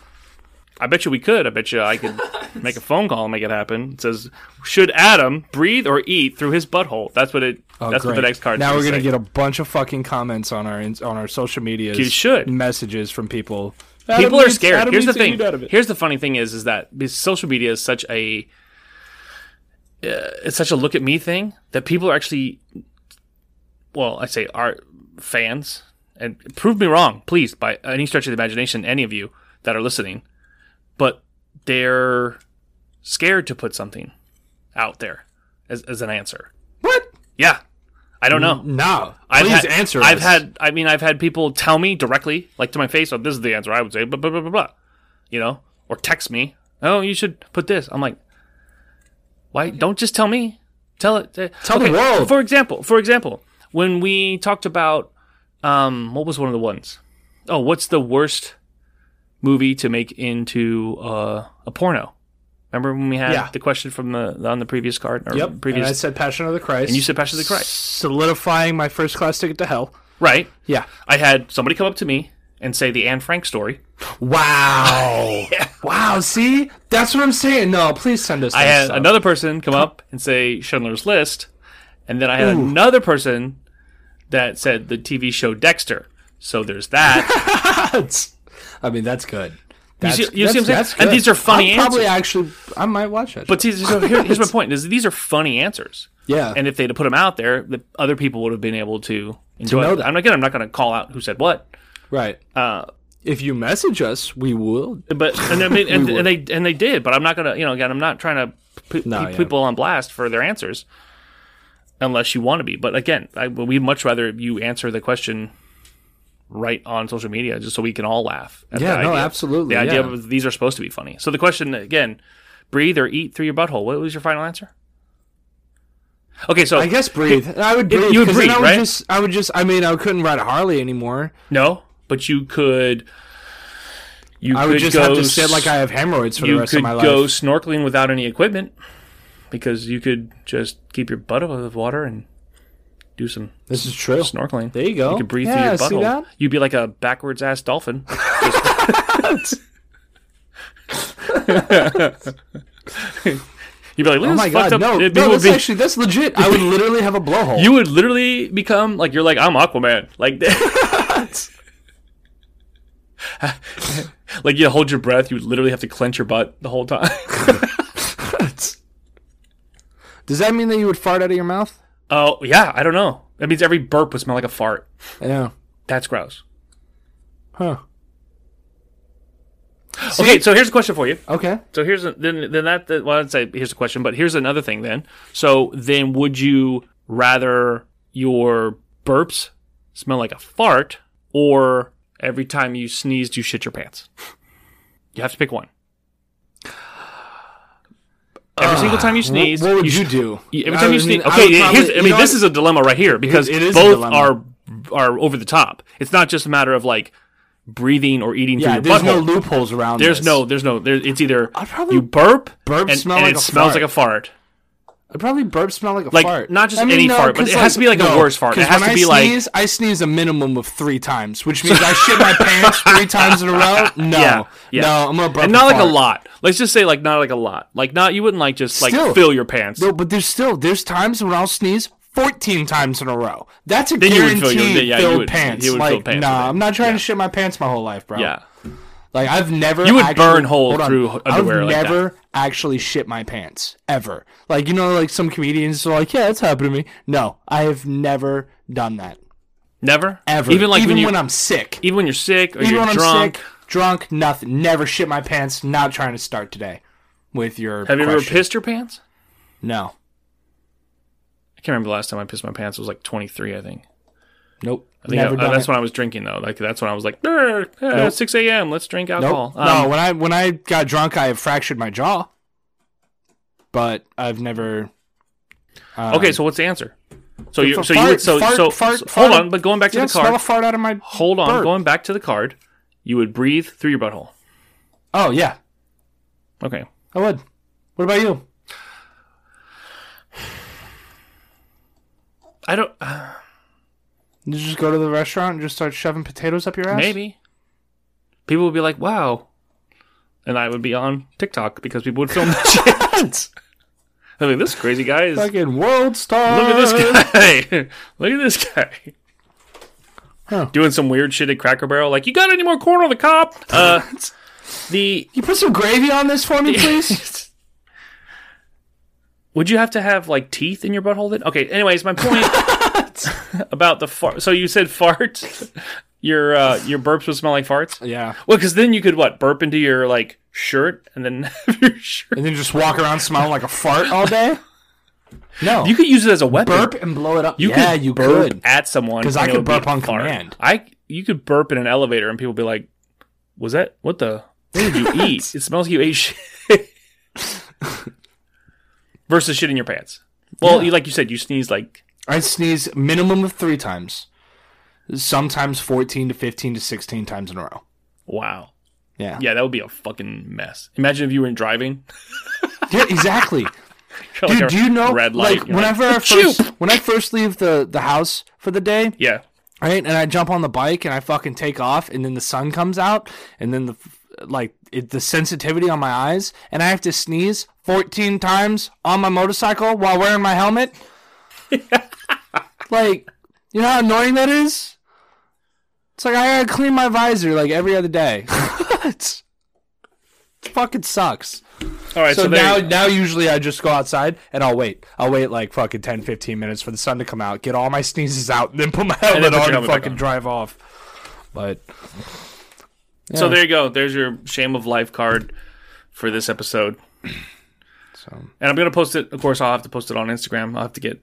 Speaker 1: I bet you we could. I bet you I could make a phone call and make it happen. It says, "Should Adam breathe or eat through his butthole?" That's what it. that's what the
Speaker 2: Great.
Speaker 1: next card.
Speaker 2: Now we're
Speaker 1: gonna
Speaker 2: gonna get a bunch of fucking comments on our ins- on our social media.
Speaker 1: You should.
Speaker 2: messages from people.
Speaker 1: People are scared. Here's the thing.
Speaker 2: Out of it.
Speaker 1: Here's the funny thing is, is that because social media is such a, uh, it's such a look at me thing that people are actually, well, I say are fans, and prove me wrong, please, by any stretch of the imagination, any of you that are listening, but they're scared to put something out there as, as an answer.
Speaker 2: What?
Speaker 1: Yeah, I don't
Speaker 2: Mm-hmm.
Speaker 1: know.
Speaker 2: No.
Speaker 1: I've
Speaker 2: Please
Speaker 1: had,
Speaker 2: answer.
Speaker 1: I've
Speaker 2: us.
Speaker 1: had. I mean, I've had people tell me directly, like to my face, "Oh, this is the answer." I would say, blah blah blah blah blah. You know, or text me, "Oh, you should put this." I'm like, why? Don't just tell me. Tell it. uh,
Speaker 2: Tell the world.
Speaker 1: For example, for example, when we talked about, um, what was one of the ones? Oh, what's the worst movie to make into uh, a porno? Remember when we had
Speaker 2: Yeah.
Speaker 1: the question from the on the previous card or
Speaker 2: Yep.
Speaker 1: previous?
Speaker 2: And I said Passion of the Christ.
Speaker 1: you said Passion of the Christ,
Speaker 2: solidifying my first class ticket to hell.
Speaker 1: right?
Speaker 2: Yeah.
Speaker 1: I had somebody come up to me and say the Anne Frank story.
Speaker 2: Wow. Wow. See, that's what I'm saying. No, please send us.
Speaker 1: I
Speaker 2: that
Speaker 1: had
Speaker 2: stuff.
Speaker 1: another person come up and say Schindler's List, and then I had another person that said the TV show Dexter. So there's that.
Speaker 2: I mean, that's good.
Speaker 1: You
Speaker 2: That's,
Speaker 1: see- you see what I'm saying?
Speaker 2: that's- that's
Speaker 1: And
Speaker 2: good.
Speaker 1: these are funny
Speaker 2: I'll Probably actually, I might watch it.
Speaker 1: but see, so here, here's my point: is these are funny answers,
Speaker 2: yeah,
Speaker 1: and if they'd have put them out there, the other people would have been able to enjoy.
Speaker 2: know
Speaker 1: it.
Speaker 2: them.
Speaker 1: I'm not gonna, I'm not going to call out who said what,
Speaker 2: right.
Speaker 1: uh,
Speaker 2: If you message us, we will.
Speaker 1: but and, I mean, and, and they and they did. But I'm not going to, you know, again, I'm not trying to put
Speaker 2: No,
Speaker 1: pe-
Speaker 2: yeah.
Speaker 1: people on blast for their answers, unless you want to be. But again, I, we'd much rather you answer the question right on social media, just so we can all laugh. at
Speaker 2: Yeah,
Speaker 1: the
Speaker 2: no,
Speaker 1: idea.
Speaker 2: absolutely,
Speaker 1: The idea
Speaker 2: yeah.
Speaker 1: of these are supposed to be funny. So the question again: breathe or eat through your butthole. What was your final answer? Okay, so
Speaker 2: I guess breathe. I would breathe.
Speaker 1: you would
Speaker 2: 'cause then
Speaker 1: breathe,
Speaker 2: I would
Speaker 1: right?
Speaker 2: Just, I would just. I mean, I couldn't ride a Harley anymore.
Speaker 1: no, but you could. You
Speaker 2: I would
Speaker 1: could
Speaker 2: just
Speaker 1: go
Speaker 2: have to sit like I have hemorrhoids for the rest of my life.
Speaker 1: You could go snorkeling without any equipment because you could just keep your butt above the water and do some
Speaker 2: this is true.
Speaker 1: snorkeling.
Speaker 2: There you go.
Speaker 1: You could breathe
Speaker 2: Yeah, see
Speaker 1: through your
Speaker 2: that?
Speaker 1: butthole. You'd be like a backwards ass dolphin. You'd be like, look at
Speaker 2: Oh
Speaker 1: this
Speaker 2: my
Speaker 1: fucked
Speaker 2: god!
Speaker 1: up.
Speaker 2: No, no,
Speaker 1: it- people would
Speaker 2: that's
Speaker 1: be-
Speaker 2: actually that's legit. I would literally have a blowhole.
Speaker 1: you would literally become like you're like I'm Aquaman. Like Like you hold your breath, you would literally have to clench your butt the whole time.
Speaker 2: Does that mean that you would fart out of your mouth?
Speaker 1: Oh yeah, I don't know. That means every burp would smell like a fart.
Speaker 2: Yeah.
Speaker 1: That's gross.
Speaker 2: Huh.
Speaker 1: okay, so here's a question for you.
Speaker 2: Okay.
Speaker 1: So here's a, then then that that- well, I'd say here's a question, but here's another thing then. So then would you rather your burps smell like a fart or every time you sneezed you shit your pants? You have to pick one. Every single time you sneeze,
Speaker 2: what would
Speaker 1: you
Speaker 2: you do?
Speaker 1: Every
Speaker 2: I
Speaker 1: time you
Speaker 2: mean,
Speaker 1: sneeze,
Speaker 2: I
Speaker 1: okay.
Speaker 2: would
Speaker 1: here's,
Speaker 2: probably-
Speaker 1: I
Speaker 2: you
Speaker 1: mean,
Speaker 2: know
Speaker 1: this
Speaker 2: what?
Speaker 1: is a dilemma right here because
Speaker 2: It- it is a
Speaker 1: both
Speaker 2: dilemma.
Speaker 1: are are over the top. It's not just a matter of like breathing or eating through
Speaker 2: Yeah,
Speaker 1: your
Speaker 2: there's
Speaker 1: butthole.
Speaker 2: no loopholes around.
Speaker 1: there's
Speaker 2: this.
Speaker 1: no, there's no, there, it's either
Speaker 2: I'd probably
Speaker 1: you burp,
Speaker 2: burp
Speaker 1: and,
Speaker 2: smell
Speaker 1: and
Speaker 2: like
Speaker 1: it
Speaker 2: a
Speaker 1: smells
Speaker 2: fart.
Speaker 1: like a fart.
Speaker 2: I'd probably burp smell like a
Speaker 1: Like,
Speaker 2: fart.
Speaker 1: not just any fart, but
Speaker 2: 'cause,
Speaker 1: it has to be like a worse fart. It
Speaker 2: 'cause
Speaker 1: has
Speaker 2: when
Speaker 1: to
Speaker 2: I
Speaker 1: be like-
Speaker 2: sneeze, I sneeze a minimum of three times, which means I shit my pants three times in a row. No,
Speaker 1: Yeah, yeah.
Speaker 2: no, I'm gonna burp.
Speaker 1: And not like
Speaker 2: fart.
Speaker 1: a lot. Let's just say like not like a lot. Like not you wouldn't like just like
Speaker 2: Still.
Speaker 1: fill your pants.
Speaker 2: No, but there's still there's times when I'll sneeze fourteen times in a row. That's a
Speaker 1: Then you would
Speaker 2: guaranteed
Speaker 1: fill your- yeah, you
Speaker 2: filled
Speaker 1: would-
Speaker 2: pants.
Speaker 1: you would
Speaker 2: like,
Speaker 1: fill pants with
Speaker 2: nah,
Speaker 1: it.
Speaker 2: I'm not trying to shit my pants my whole life, bro.
Speaker 1: Yeah.
Speaker 2: Like I've never.
Speaker 1: You would
Speaker 2: actually-
Speaker 1: burn hole
Speaker 2: hold on.
Speaker 1: through underwear
Speaker 2: I've
Speaker 1: like that.
Speaker 2: never actually shit my pants ever. Like you know, like some comedians are like, "Yeah, that's happened to me." No, I have never done that
Speaker 1: Never?
Speaker 2: ever.
Speaker 1: Even like
Speaker 2: even
Speaker 1: when you
Speaker 2: I'm sick,
Speaker 1: even when you're sick or
Speaker 2: even
Speaker 1: you're
Speaker 2: when
Speaker 1: drunk.
Speaker 2: I'm sick, drunk, nothing. Never shit my pants. Not trying to start today with your.
Speaker 1: Have you ever
Speaker 2: question.
Speaker 1: pissed your pants?
Speaker 2: No.
Speaker 1: I can't remember the last time I pissed my pants. It was like 23, I think.
Speaker 2: Nope.
Speaker 1: I think
Speaker 2: never
Speaker 1: I- uh,
Speaker 2: done
Speaker 1: that's
Speaker 2: it.
Speaker 1: when I was drinking though. Like that's when I was like, "Brr, eh, 6 a.m. Let's drink alcohol. Um,
Speaker 2: Nope. no, when I when I got drunk, I fractured my jaw. But I've never. uh,
Speaker 1: okay, so what's the answer? So you
Speaker 2: F-
Speaker 1: so you would so
Speaker 2: fart,
Speaker 1: so,
Speaker 2: fart,
Speaker 1: so-
Speaker 2: fart.
Speaker 1: hold on, but going back to
Speaker 2: Yeah,
Speaker 1: the
Speaker 2: smell a
Speaker 1: card.
Speaker 2: fart out of my.
Speaker 1: Hold on,
Speaker 2: burp.
Speaker 1: going back to the card, you would breathe through your butthole.
Speaker 2: Oh yeah,
Speaker 1: Okay.
Speaker 2: I would. What about you?
Speaker 1: I don't uh,
Speaker 2: Did you just go to the restaurant and just start shoving potatoes up your ass?
Speaker 1: Maybe. People would be like, wow. And I would be on TikTok because people would film that shit. I mean, this crazy guy is. Look
Speaker 2: Fucking world star.
Speaker 1: at this
Speaker 2: uh,
Speaker 1: guy. Look at this guy.
Speaker 2: Huh.
Speaker 1: Doing some weird shit at Cracker Barrel. Like, you got any more corn on the cop? Uh, the.
Speaker 2: You put some gravy on this for me, please.
Speaker 1: Would you have to have, like, teeth in your butthole then? Okay, anyways, my point about the fart. So you said fart. Your uh, your burps would smell like farts?
Speaker 2: yeah.
Speaker 1: Well, because then you could what burp into your like shirt and then have your shirt.
Speaker 2: And then just walk around smelling like a fart all day. No.
Speaker 1: You could use it as a weapon.
Speaker 2: burp and blow it up.
Speaker 1: You
Speaker 2: yeah,
Speaker 1: could
Speaker 2: you
Speaker 1: burp
Speaker 2: could.
Speaker 1: at someone
Speaker 2: 'Cause I
Speaker 1: and it
Speaker 2: could
Speaker 1: would be
Speaker 2: burp on
Speaker 1: a fart.
Speaker 2: command.
Speaker 1: I you could burp in an elevator and people be like, "Was that what the? What did you eat? It smells like you ate shit." Versus shit in your pants. Well, you, like you said, you sneeze like
Speaker 2: I sneeze minimum of three times, sometimes fourteen to fifteen to sixteen times in a row.
Speaker 1: wow.
Speaker 2: Yeah.
Speaker 1: Yeah, that would be a fucking mess. Imagine if you were in driving.
Speaker 2: Yeah, exactly.
Speaker 1: Like
Speaker 2: Dude,
Speaker 1: a
Speaker 2: do you know?
Speaker 1: red light?
Speaker 2: like
Speaker 1: you're like,
Speaker 2: whenever I
Speaker 1: "Achoo!"
Speaker 2: first when I first leave the the house for the day,
Speaker 1: yeah,
Speaker 2: right? And I jump on the bike and I fucking take off, and then the sun comes out, and then the like it, the sensitivity on my eyes, and I have to sneeze fourteen times on my motorcycle while wearing my helmet. like, you know how annoying that is. It's like I gotta clean my visor like every other day. it's, it fucking sucks.
Speaker 1: all right. So,
Speaker 2: So,
Speaker 1: there
Speaker 2: now,
Speaker 1: you-
Speaker 2: now usually I just go outside and I'll wait. I'll wait like fucking 10, 15 minutes for the sun to come out, get all my sneezes out, and then put my
Speaker 1: then
Speaker 2: helmet
Speaker 1: put your
Speaker 2: on and
Speaker 1: helmet back
Speaker 2: fucking
Speaker 1: on.
Speaker 2: drive off. But
Speaker 1: So there you go. There's your shame of life card for this episode.
Speaker 2: so
Speaker 1: And I'm gonna post it. Of course, I'll have to post it on Instagram. I'll have to get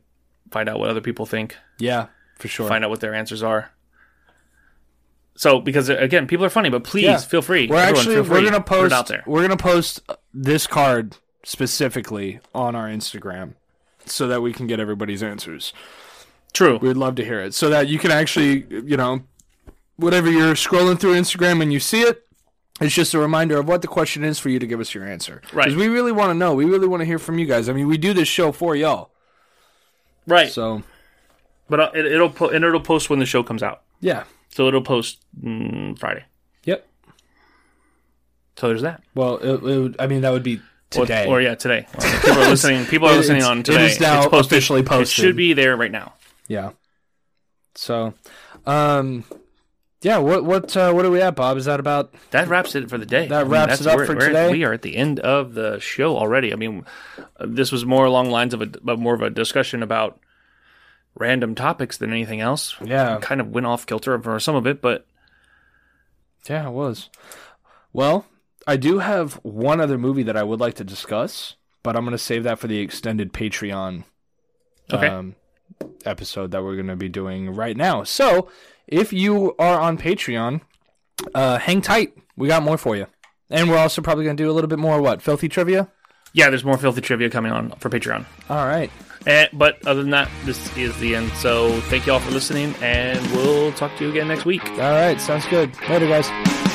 Speaker 1: find out what other people think,
Speaker 2: yeah, for sure.
Speaker 1: find out what their answers are. So because uh, again, people are funny, but please
Speaker 2: Yeah.
Speaker 1: feel free.
Speaker 2: We're
Speaker 1: Everyone,
Speaker 2: actually
Speaker 1: feel free.
Speaker 2: we're gonna
Speaker 1: Put it
Speaker 2: post
Speaker 1: out there.
Speaker 2: we're gonna post this card specifically on our Instagram so that we can get everybody's answers.
Speaker 1: True.
Speaker 2: We'd love to hear it so that you can actually, you know, whatever you're scrolling through Instagram and you see it, it's just a reminder of what the question is for you to give us your answer.
Speaker 1: Right.
Speaker 2: Because we really want to know. We really want to hear from you guys. I mean, we do this show for y'all.
Speaker 1: Right.
Speaker 2: So,
Speaker 1: But uh, it, it'll po- and it'll post when the show comes out.
Speaker 2: yeah.
Speaker 1: So it'll post mm, Friday.
Speaker 2: Yep.
Speaker 1: So there's that.
Speaker 2: Well, it, it would, I mean, that would be
Speaker 1: Or-
Speaker 2: today.
Speaker 1: Or, yeah, today. Or people are listening. People are
Speaker 2: It-
Speaker 1: listening
Speaker 2: it's-
Speaker 1: on
Speaker 2: it
Speaker 1: today.
Speaker 2: is now officially
Speaker 1: It
Speaker 2: posted.
Speaker 1: should be there right now.
Speaker 2: yeah. So, um, yeah, what what uh, what are we at, Bob? Is that about
Speaker 1: that wraps it for the day.
Speaker 2: That wraps
Speaker 1: that's-
Speaker 2: it up
Speaker 1: we're-
Speaker 2: for
Speaker 1: we're-
Speaker 2: today.
Speaker 1: We are at the end of the show already. I mean, uh, this was more along lines of a of more of a discussion about random topics than anything else.
Speaker 2: yeah,
Speaker 1: Kind of went off kilter for some of it, but
Speaker 2: Yeah, it was. Well, I do have one other movie that I would like to discuss, but I'm going to save that for the extended Patreon
Speaker 1: okay.
Speaker 2: um, episode that we're going to be doing right now. So, if you are on Patreon, uh, hang tight. We got more for you. And we're also probably going to do a little bit more, what, filthy trivia?
Speaker 1: yeah, there's more filthy trivia coming on for Patreon.
Speaker 2: All right.
Speaker 1: And, but other than that, this is the end. So thank you all for listening, and we'll talk to you again next week.
Speaker 2: All right. Sounds good. Later, guys.